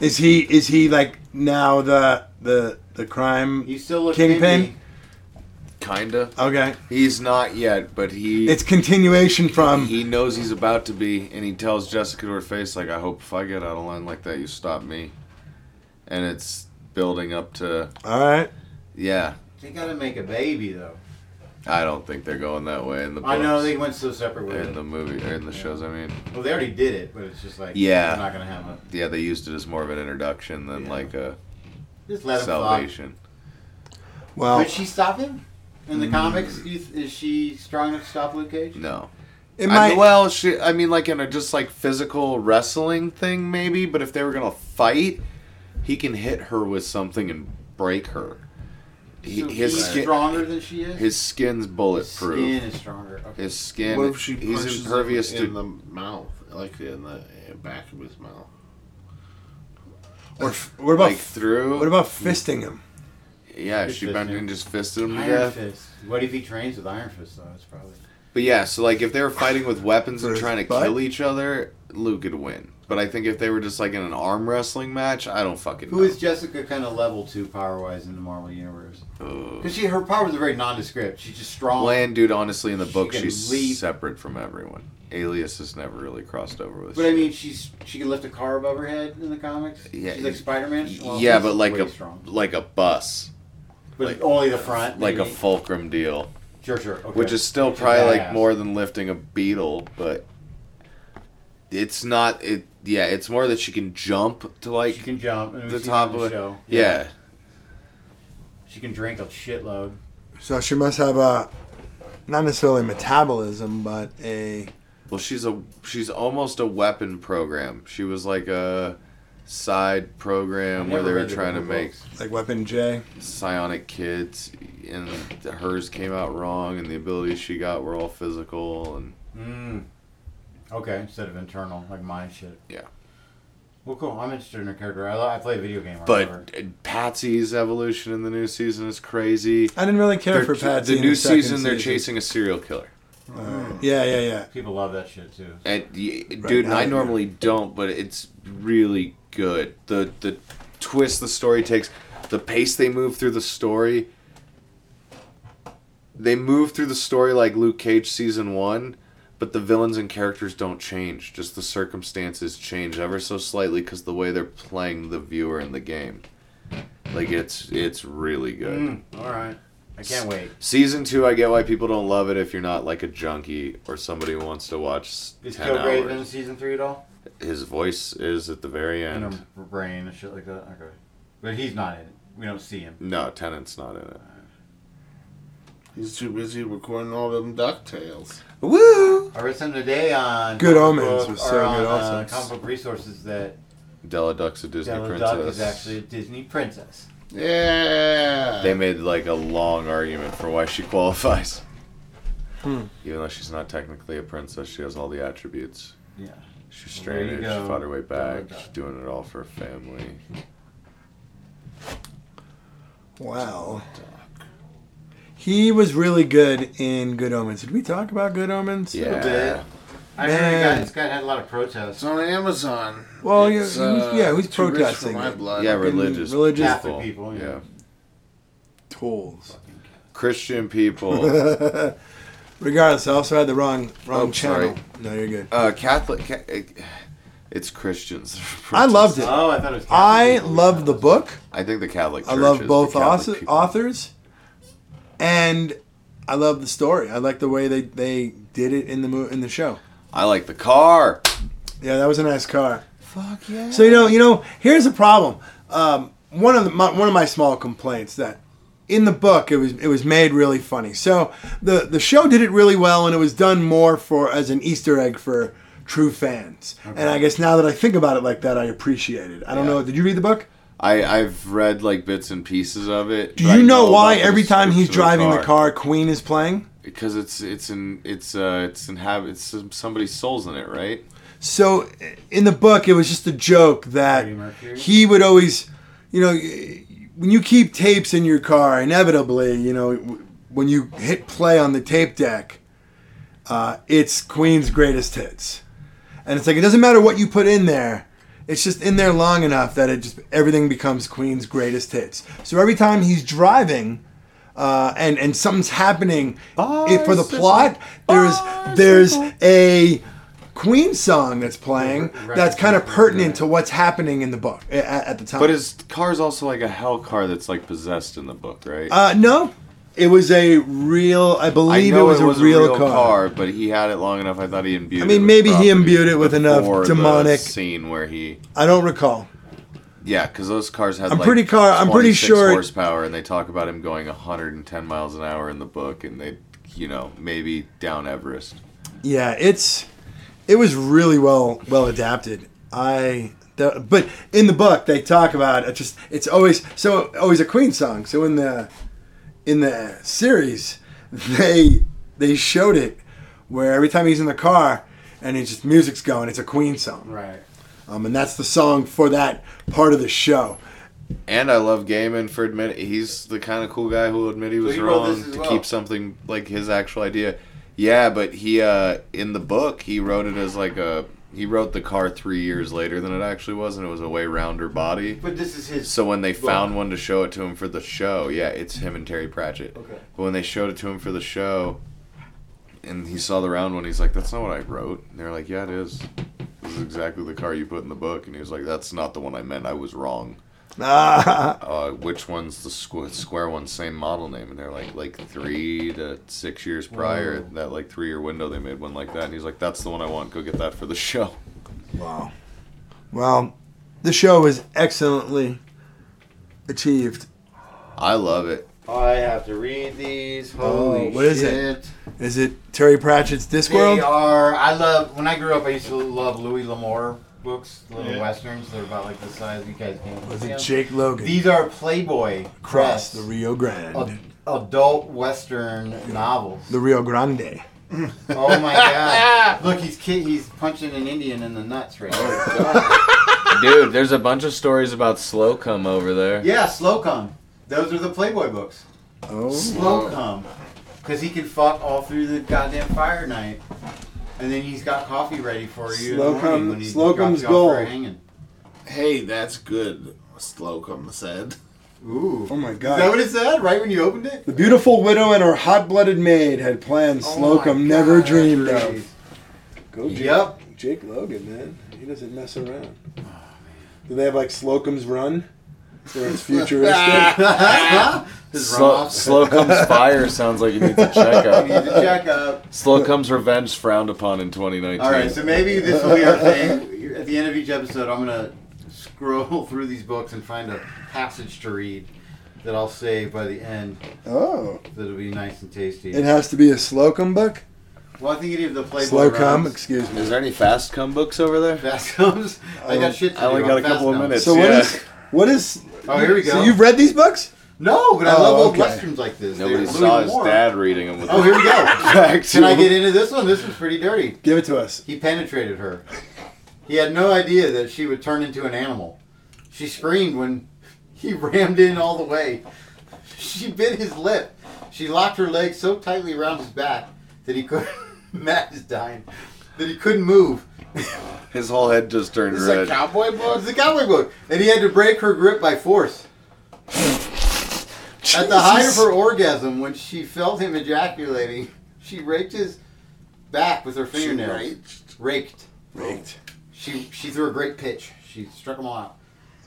Speaker 4: Is he is he like now the the the crime?
Speaker 6: You still look
Speaker 4: Kingpin?
Speaker 5: Kinda.
Speaker 4: Okay,
Speaker 5: He's not yet, but he.
Speaker 4: it's continuation from.
Speaker 5: he knows he's about to be, and he tells Jessica to her face, like, "I hope if I get out of line like that, you stop me." And it's building up to,
Speaker 4: All right,
Speaker 5: yeah.
Speaker 6: They gotta make a baby though.
Speaker 5: I don't think they're going that way in the.
Speaker 6: I know
Speaker 5: books.
Speaker 6: they went so separate with
Speaker 5: in
Speaker 6: it.
Speaker 5: the movie or in the shows. I mean,
Speaker 6: Well, they already did it, but it's just like
Speaker 5: Yeah.
Speaker 6: it's not gonna happen.
Speaker 5: yeah, they used it as more of an introduction than
Speaker 6: Yeah.
Speaker 5: like a
Speaker 6: Just let him flop.
Speaker 5: salvation.
Speaker 4: well,
Speaker 6: Could she stop him? In the comics, Do you th- is she strong enough to stop Luke Cage?
Speaker 5: Hmm. No,
Speaker 4: it
Speaker 5: I mean,
Speaker 4: might.
Speaker 5: well, she. I mean, like in a just like physical wrestling thing, maybe. But if they were gonna fight, he can hit her with something and break her. He,
Speaker 6: So
Speaker 5: his
Speaker 6: he's
Speaker 5: skin,
Speaker 6: stronger than she is.
Speaker 5: his skin's bulletproof.
Speaker 6: skin is stronger. Okay.
Speaker 5: His skin.
Speaker 7: What if she punches
Speaker 5: he's impervious
Speaker 7: him
Speaker 5: to.
Speaker 7: in the mouth, like in the back of his mouth?
Speaker 4: Or f- what about
Speaker 5: like through.
Speaker 4: what about fisting him?
Speaker 5: Yeah,
Speaker 6: Good
Speaker 5: she
Speaker 6: fist,
Speaker 5: bent
Speaker 6: yeah.
Speaker 5: and just fisted him to
Speaker 6: Iron
Speaker 5: death.
Speaker 6: Fist. What if he trains with Iron Fist though? That's probably.
Speaker 5: But yeah, so like if they were fighting with weapons
Speaker 4: For
Speaker 5: and
Speaker 4: his
Speaker 5: trying to
Speaker 4: butt?
Speaker 5: kill each other, Luke could win. But I think if they were just like in an arm wrestling match, I don't fucking know.
Speaker 6: Who is Jessica kind of level two power wise in the Marvel universe? Because she her powers are very nondescript. She's just strong.
Speaker 5: Well, and dude, honestly, in the
Speaker 6: She
Speaker 5: book,
Speaker 6: can
Speaker 5: she's
Speaker 6: leap.
Speaker 5: separate from everyone. Alias has never really crossed over with.
Speaker 6: But I
Speaker 5: shit.
Speaker 6: mean, she's she can lift a car above her head in the comics.
Speaker 5: Yeah,
Speaker 6: she's like Spider Man.
Speaker 5: yeah, but like a
Speaker 6: strong.
Speaker 5: like a bus.
Speaker 6: but
Speaker 5: Like-
Speaker 6: only the front.
Speaker 5: like a
Speaker 6: maybe.
Speaker 5: fulcrum deal,
Speaker 6: sure, sure, okay.
Speaker 5: which is still
Speaker 6: It's a
Speaker 5: probably like
Speaker 6: badass.
Speaker 5: more than lifting a beetle, but it's not. It yeah, it's more that she can jump to like
Speaker 6: She can jump. And
Speaker 5: the top of
Speaker 6: the
Speaker 5: it.
Speaker 6: show.
Speaker 5: Yeah.
Speaker 6: She can drink a shitload.
Speaker 4: So she must have a, not necessarily metabolism, but a.
Speaker 5: Well, she's a she's almost a weapon program. She was like a side program
Speaker 6: I've
Speaker 5: where they
Speaker 6: never
Speaker 5: were
Speaker 6: read the
Speaker 5: trying to
Speaker 6: Google
Speaker 5: make
Speaker 6: books.
Speaker 4: Like Weapon J.
Speaker 5: psionic kids, and hers came out wrong, and the abilities she got were all physical and.
Speaker 6: Mm. Okay, instead of internal, like my shit.
Speaker 5: Yeah.
Speaker 6: Well, cool. I'm interested in her character. I, lo- I play a video game. or whatever.
Speaker 5: But uh, Patsy's evolution in the new season is crazy.
Speaker 4: I didn't really care
Speaker 5: They're-
Speaker 4: for Patsy.
Speaker 5: the
Speaker 4: in
Speaker 5: new
Speaker 4: second
Speaker 5: season, they're chasing a serial killer.
Speaker 4: Yeah, yeah, yeah.
Speaker 6: people love that shit too.
Speaker 5: And, y- dude, and
Speaker 4: now,
Speaker 5: I
Speaker 4: yeah.
Speaker 5: normally don't, but it's really good. The the twist the story takes, the pace they move through the story. They move through the story like Luke Cage season one, but the villains and characters don't change. Just the circumstances change ever so slightly because the way they're playing the viewer in the game. Like it's it's really good.
Speaker 6: All right. Mm, I can't wait.
Speaker 5: Season two, I get why people don't love it if you're not like a junkie or somebody who wants to watch s-
Speaker 6: Is
Speaker 5: ten hours.
Speaker 6: Kilgrave in season three at all?
Speaker 5: His voice is at the very
Speaker 6: In her
Speaker 5: end.
Speaker 6: brain and shit like that. Okay. But he's not in it. We don't see him.
Speaker 5: No, Tennant's not in it.
Speaker 7: He's too busy recording all them DuckTales.
Speaker 4: Woo!
Speaker 6: I read something today on
Speaker 4: Good
Speaker 6: comic
Speaker 4: Omens
Speaker 6: book-
Speaker 4: was
Speaker 6: or
Speaker 4: so
Speaker 6: on,
Speaker 4: good
Speaker 6: Uh,
Speaker 4: also.
Speaker 6: comic book resources that
Speaker 5: Della Duck's a Disney
Speaker 6: Donald
Speaker 5: princess.
Speaker 6: Duck is actually a Disney princess.
Speaker 7: Yeah.
Speaker 5: They made like a long argument for why she qualifies.
Speaker 4: Hmm.
Speaker 5: Even though she's not technically a princess, she has all the attributes.
Speaker 6: Yeah.
Speaker 5: She's
Speaker 6: Well, there you
Speaker 5: straight edge,
Speaker 6: go.
Speaker 5: she fought her way
Speaker 6: Della
Speaker 5: back, she's
Speaker 6: Duck.
Speaker 5: doing it all for her family.
Speaker 4: Wow. He was really good in Good Omens. Did we talk about Good Omens?
Speaker 5: Yeah.
Speaker 6: bit. I heard it
Speaker 4: Man.
Speaker 6: got, it's got had a lot of protests.
Speaker 7: It's on Amazon.
Speaker 4: Well, yeah,
Speaker 7: It's, uh,
Speaker 4: who's- yeah, who's
Speaker 7: Too Rich for
Speaker 4: protesting
Speaker 7: My
Speaker 4: it?
Speaker 7: blood.
Speaker 5: Yeah,
Speaker 4: Fucking
Speaker 5: religious.
Speaker 4: religious
Speaker 6: Catholic people, yeah.
Speaker 5: yeah.
Speaker 4: Tools.
Speaker 5: Christian people.
Speaker 4: Regardless, I also had the wrong wrong
Speaker 5: Oh,
Speaker 4: channel.
Speaker 5: sorry.
Speaker 4: No, you're good.
Speaker 5: uh, Catholic. Ca- it's Christians.
Speaker 4: I loved it.
Speaker 6: Oh, I thought it was.
Speaker 4: I
Speaker 6: Catholic.
Speaker 4: love the book.
Speaker 5: I think the Catholic.
Speaker 4: I
Speaker 5: Church
Speaker 4: love
Speaker 5: is
Speaker 4: both
Speaker 5: the Catholic
Speaker 4: author,
Speaker 5: people.
Speaker 4: authors, and I love the story. I like the way they, they did it in the mo- in the show.
Speaker 5: I like the car.
Speaker 4: Yeah, that was a nice car. Fuck yeah. So you know, you know, here's the problem. Um, one of the, my, one of my small complaints that in the book it was it was made really funny. So the the show did it really well, and it was done more for as an Easter egg for true fans. And I guess now that I think about it like that, I appreciate it. I don't know. Did you read the book?
Speaker 5: I I've read like bits and pieces of it.
Speaker 4: Do
Speaker 5: but I
Speaker 4: you know why
Speaker 5: about the
Speaker 4: every time he's
Speaker 5: description of
Speaker 4: driving the car, Queen is playing?
Speaker 5: Because it's it's in it's uh it's in have it's some- somebody's souls in it, right?
Speaker 4: So in the book, it was just a joke that
Speaker 6: Freddie Mercury?
Speaker 4: he would always, you know, when you keep tapes in your car, inevitably, you know, when you hit play on the tape deck, uh, it's Queen's greatest hits, and it's like it doesn't matter what you put in there. It's just in there long enough that it just everything becomes Queen's greatest hits. So every time he's driving, uh, and and something's happening it, for the plot, there's there's a Queen song that's playing that's kind of pertinent to what's happening in the book at, at the time.
Speaker 5: But his car's also like a hell car that's like possessed in the book, right?
Speaker 4: uh, no, it was a real. I
Speaker 5: I
Speaker 4: believe
Speaker 5: know
Speaker 4: it was, a real, car.
Speaker 5: but he had it long enough. I thought he imbued.
Speaker 4: I mean,
Speaker 5: it with
Speaker 4: maybe he
Speaker 5: property
Speaker 4: imbued it with enough
Speaker 5: before the
Speaker 4: demonic-
Speaker 5: scene where he.
Speaker 4: I don't recall.
Speaker 5: Yeah, because those cars had.
Speaker 4: I'm
Speaker 5: like
Speaker 4: pretty car- I'm pretty
Speaker 5: 26
Speaker 4: sure-
Speaker 5: horsepower, and they talk about him going 110 miles an hour in the book, and they, you know, maybe down Everest.
Speaker 4: Yeah, it's it was really well well adapted. I the, but in the book they talk about it just it's always so always a Queen song. So in the in the series they they showed it where every time he's in the car and it's just music's going, it's a Queen song.
Speaker 6: Right.
Speaker 4: Um, and that's the song for that part of the show.
Speaker 5: And I love Gaiman for admit he's the kind of cool guy who will admit he was
Speaker 6: he wrote
Speaker 5: wrong
Speaker 6: this as
Speaker 5: to
Speaker 6: well.
Speaker 5: keep something like his actual idea. Yeah, but he uh in the book he wrote it as like a he wrote the car three years later than it actually was, and it was a way rounder body.
Speaker 6: But this is his.
Speaker 5: So when they found one to show it to him for the show, yeah, it's him and Terry Pratchett.
Speaker 6: Okay.
Speaker 5: But when they showed it to him for the show, and he saw the round one, he's like, "That's not what I wrote." And they're like, "Yeah, it is. This is exactly the car you put in the book." And he was like, "That's not the one I meant. I was wrong." uh, which one's the squ- square one, same model name? And they're like, like three to six years prior, that like three year window, they made one like that. And he's like, that's the one I want. Go get that for the show.
Speaker 4: Wow. Well, the show is excellently achieved.
Speaker 5: I love it.
Speaker 6: I have to read these.
Speaker 4: Oh,
Speaker 6: Holy
Speaker 4: what is it?
Speaker 6: shit.
Speaker 4: Is it Terry Pratchett's
Speaker 6: They
Speaker 4: Discworld?
Speaker 6: are. I love. When I grew up, I used to love Louis L'Amour books, little
Speaker 8: Yeah.
Speaker 6: westerns. They're about like the size you guys can.
Speaker 4: Was
Speaker 6: Yeah.
Speaker 4: it Jake Logan?
Speaker 6: These are Playboy
Speaker 4: Cross
Speaker 6: press
Speaker 4: the Rio Grande.
Speaker 6: ad- adult western novels.
Speaker 4: The Rio Grande.
Speaker 6: Oh my god! Look, he's ki- he's punching an Indian in the nuts right now.
Speaker 5: Dude, there's a bunch of stories about slow cum over there.
Speaker 6: yeah, slow cum. Those are the Playboy books.
Speaker 4: Oh.
Speaker 6: Slow cum, because he can fuck all through the goddamn fire night, and then he's got coffee ready for you. in the
Speaker 4: Slow
Speaker 6: morning
Speaker 4: cum-
Speaker 6: when he
Speaker 4: slow
Speaker 6: drops
Speaker 4: cum's
Speaker 6: you off for a
Speaker 4: gold.
Speaker 6: hanging.
Speaker 7: Hey, that's good, Slocum said.
Speaker 6: Ooh.
Speaker 4: Oh my
Speaker 6: Is that what
Speaker 4: God.
Speaker 6: it said right when you opened it?
Speaker 4: The beautiful widow and her hot-blooded maid had plans
Speaker 6: Oh
Speaker 4: Slocum never dreamed of. Go Jake,
Speaker 6: Yep.
Speaker 4: Jake Logan, man. He doesn't mess around. Do they have like Slocum's Run? Where it's futuristic?
Speaker 6: His
Speaker 5: Slow,
Speaker 6: runoff.
Speaker 5: slow cum's fire sounds like you need to check
Speaker 6: We need to
Speaker 5: up.
Speaker 6: check up.
Speaker 5: Slow cum's revenge frowned upon in 2019.
Speaker 6: All right, so maybe this will be our thing. At the end of each episode, I'm gonna scroll through these books and find a passage to read that I'll say by the end
Speaker 4: oh.
Speaker 6: that'll be nice
Speaker 4: It
Speaker 6: and tasty.
Speaker 4: has to be a Slocum book?
Speaker 6: Well, I think any of the Playboy
Speaker 4: Slow cum,
Speaker 6: rounds-
Speaker 4: excuse me.
Speaker 5: Is there any fast cum books over there?
Speaker 6: fast comes. I got shit. To
Speaker 5: Oh, I only
Speaker 6: do.
Speaker 5: got
Speaker 6: I'm
Speaker 5: a couple of
Speaker 6: fast comes.
Speaker 5: minutes.
Speaker 4: So what
Speaker 5: Yeah.
Speaker 4: is what is
Speaker 6: Oh, here we go.
Speaker 4: So you've read these books?
Speaker 6: No, but I
Speaker 4: Oh,
Speaker 6: love old
Speaker 4: okay.
Speaker 6: westerns like this. They're
Speaker 5: Nobody
Speaker 6: Louis
Speaker 5: saw his
Speaker 6: L'Amour.
Speaker 5: dad reading them with
Speaker 6: Oh, here we go.
Speaker 5: back
Speaker 6: Can I get into this one? This one's pretty dirty.
Speaker 4: Give it to us.
Speaker 6: He penetrated her. He had no idea that she would turn into an animal. She screamed when he rammed in all the way. She bit his lip. She locked her legs so tightly around his back that he couldn't. Matt is dying. That he couldn't move.
Speaker 5: His whole head just turned
Speaker 7: It's a
Speaker 5: red.
Speaker 7: cowboy
Speaker 6: It
Speaker 7: book.
Speaker 6: was a cowboy book, and he had to break her grip by force. At the height of her orgasm, when she felt him ejaculating, she raked his back with her fingernails.
Speaker 7: raked?
Speaker 6: raked.
Speaker 4: Raked.
Speaker 6: She she threw a great pitch. She struck him all out.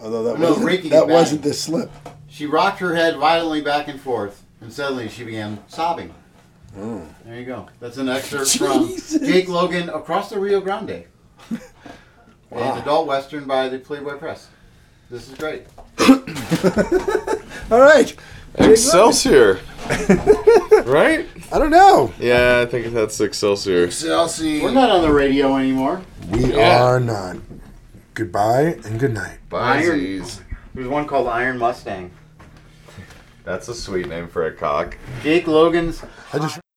Speaker 4: Although that
Speaker 6: No,
Speaker 4: wasn't,
Speaker 6: raking
Speaker 4: that
Speaker 6: it back.
Speaker 4: wasn't this slip.
Speaker 6: She rocked her head violently back and forth, and suddenly she began sobbing. There you go. That's an excerpt
Speaker 4: Jesus.
Speaker 6: from Jake Logan Across the Rio Grande. An adult western by the Playboy Press. This is great.
Speaker 4: All right.
Speaker 5: Excelsior. right?
Speaker 4: I don't know.
Speaker 5: Yeah, I think that's Excelsior.
Speaker 7: Chelsea.
Speaker 6: We're not on the radio anymore.
Speaker 4: We
Speaker 7: Yeah.
Speaker 4: are not. Goodbye and good night.
Speaker 6: Iron-
Speaker 5: Buzzies.
Speaker 6: There's one called Iron Mustang.
Speaker 5: That's a sweet name for a cock.
Speaker 6: Jake Logan's
Speaker 4: I just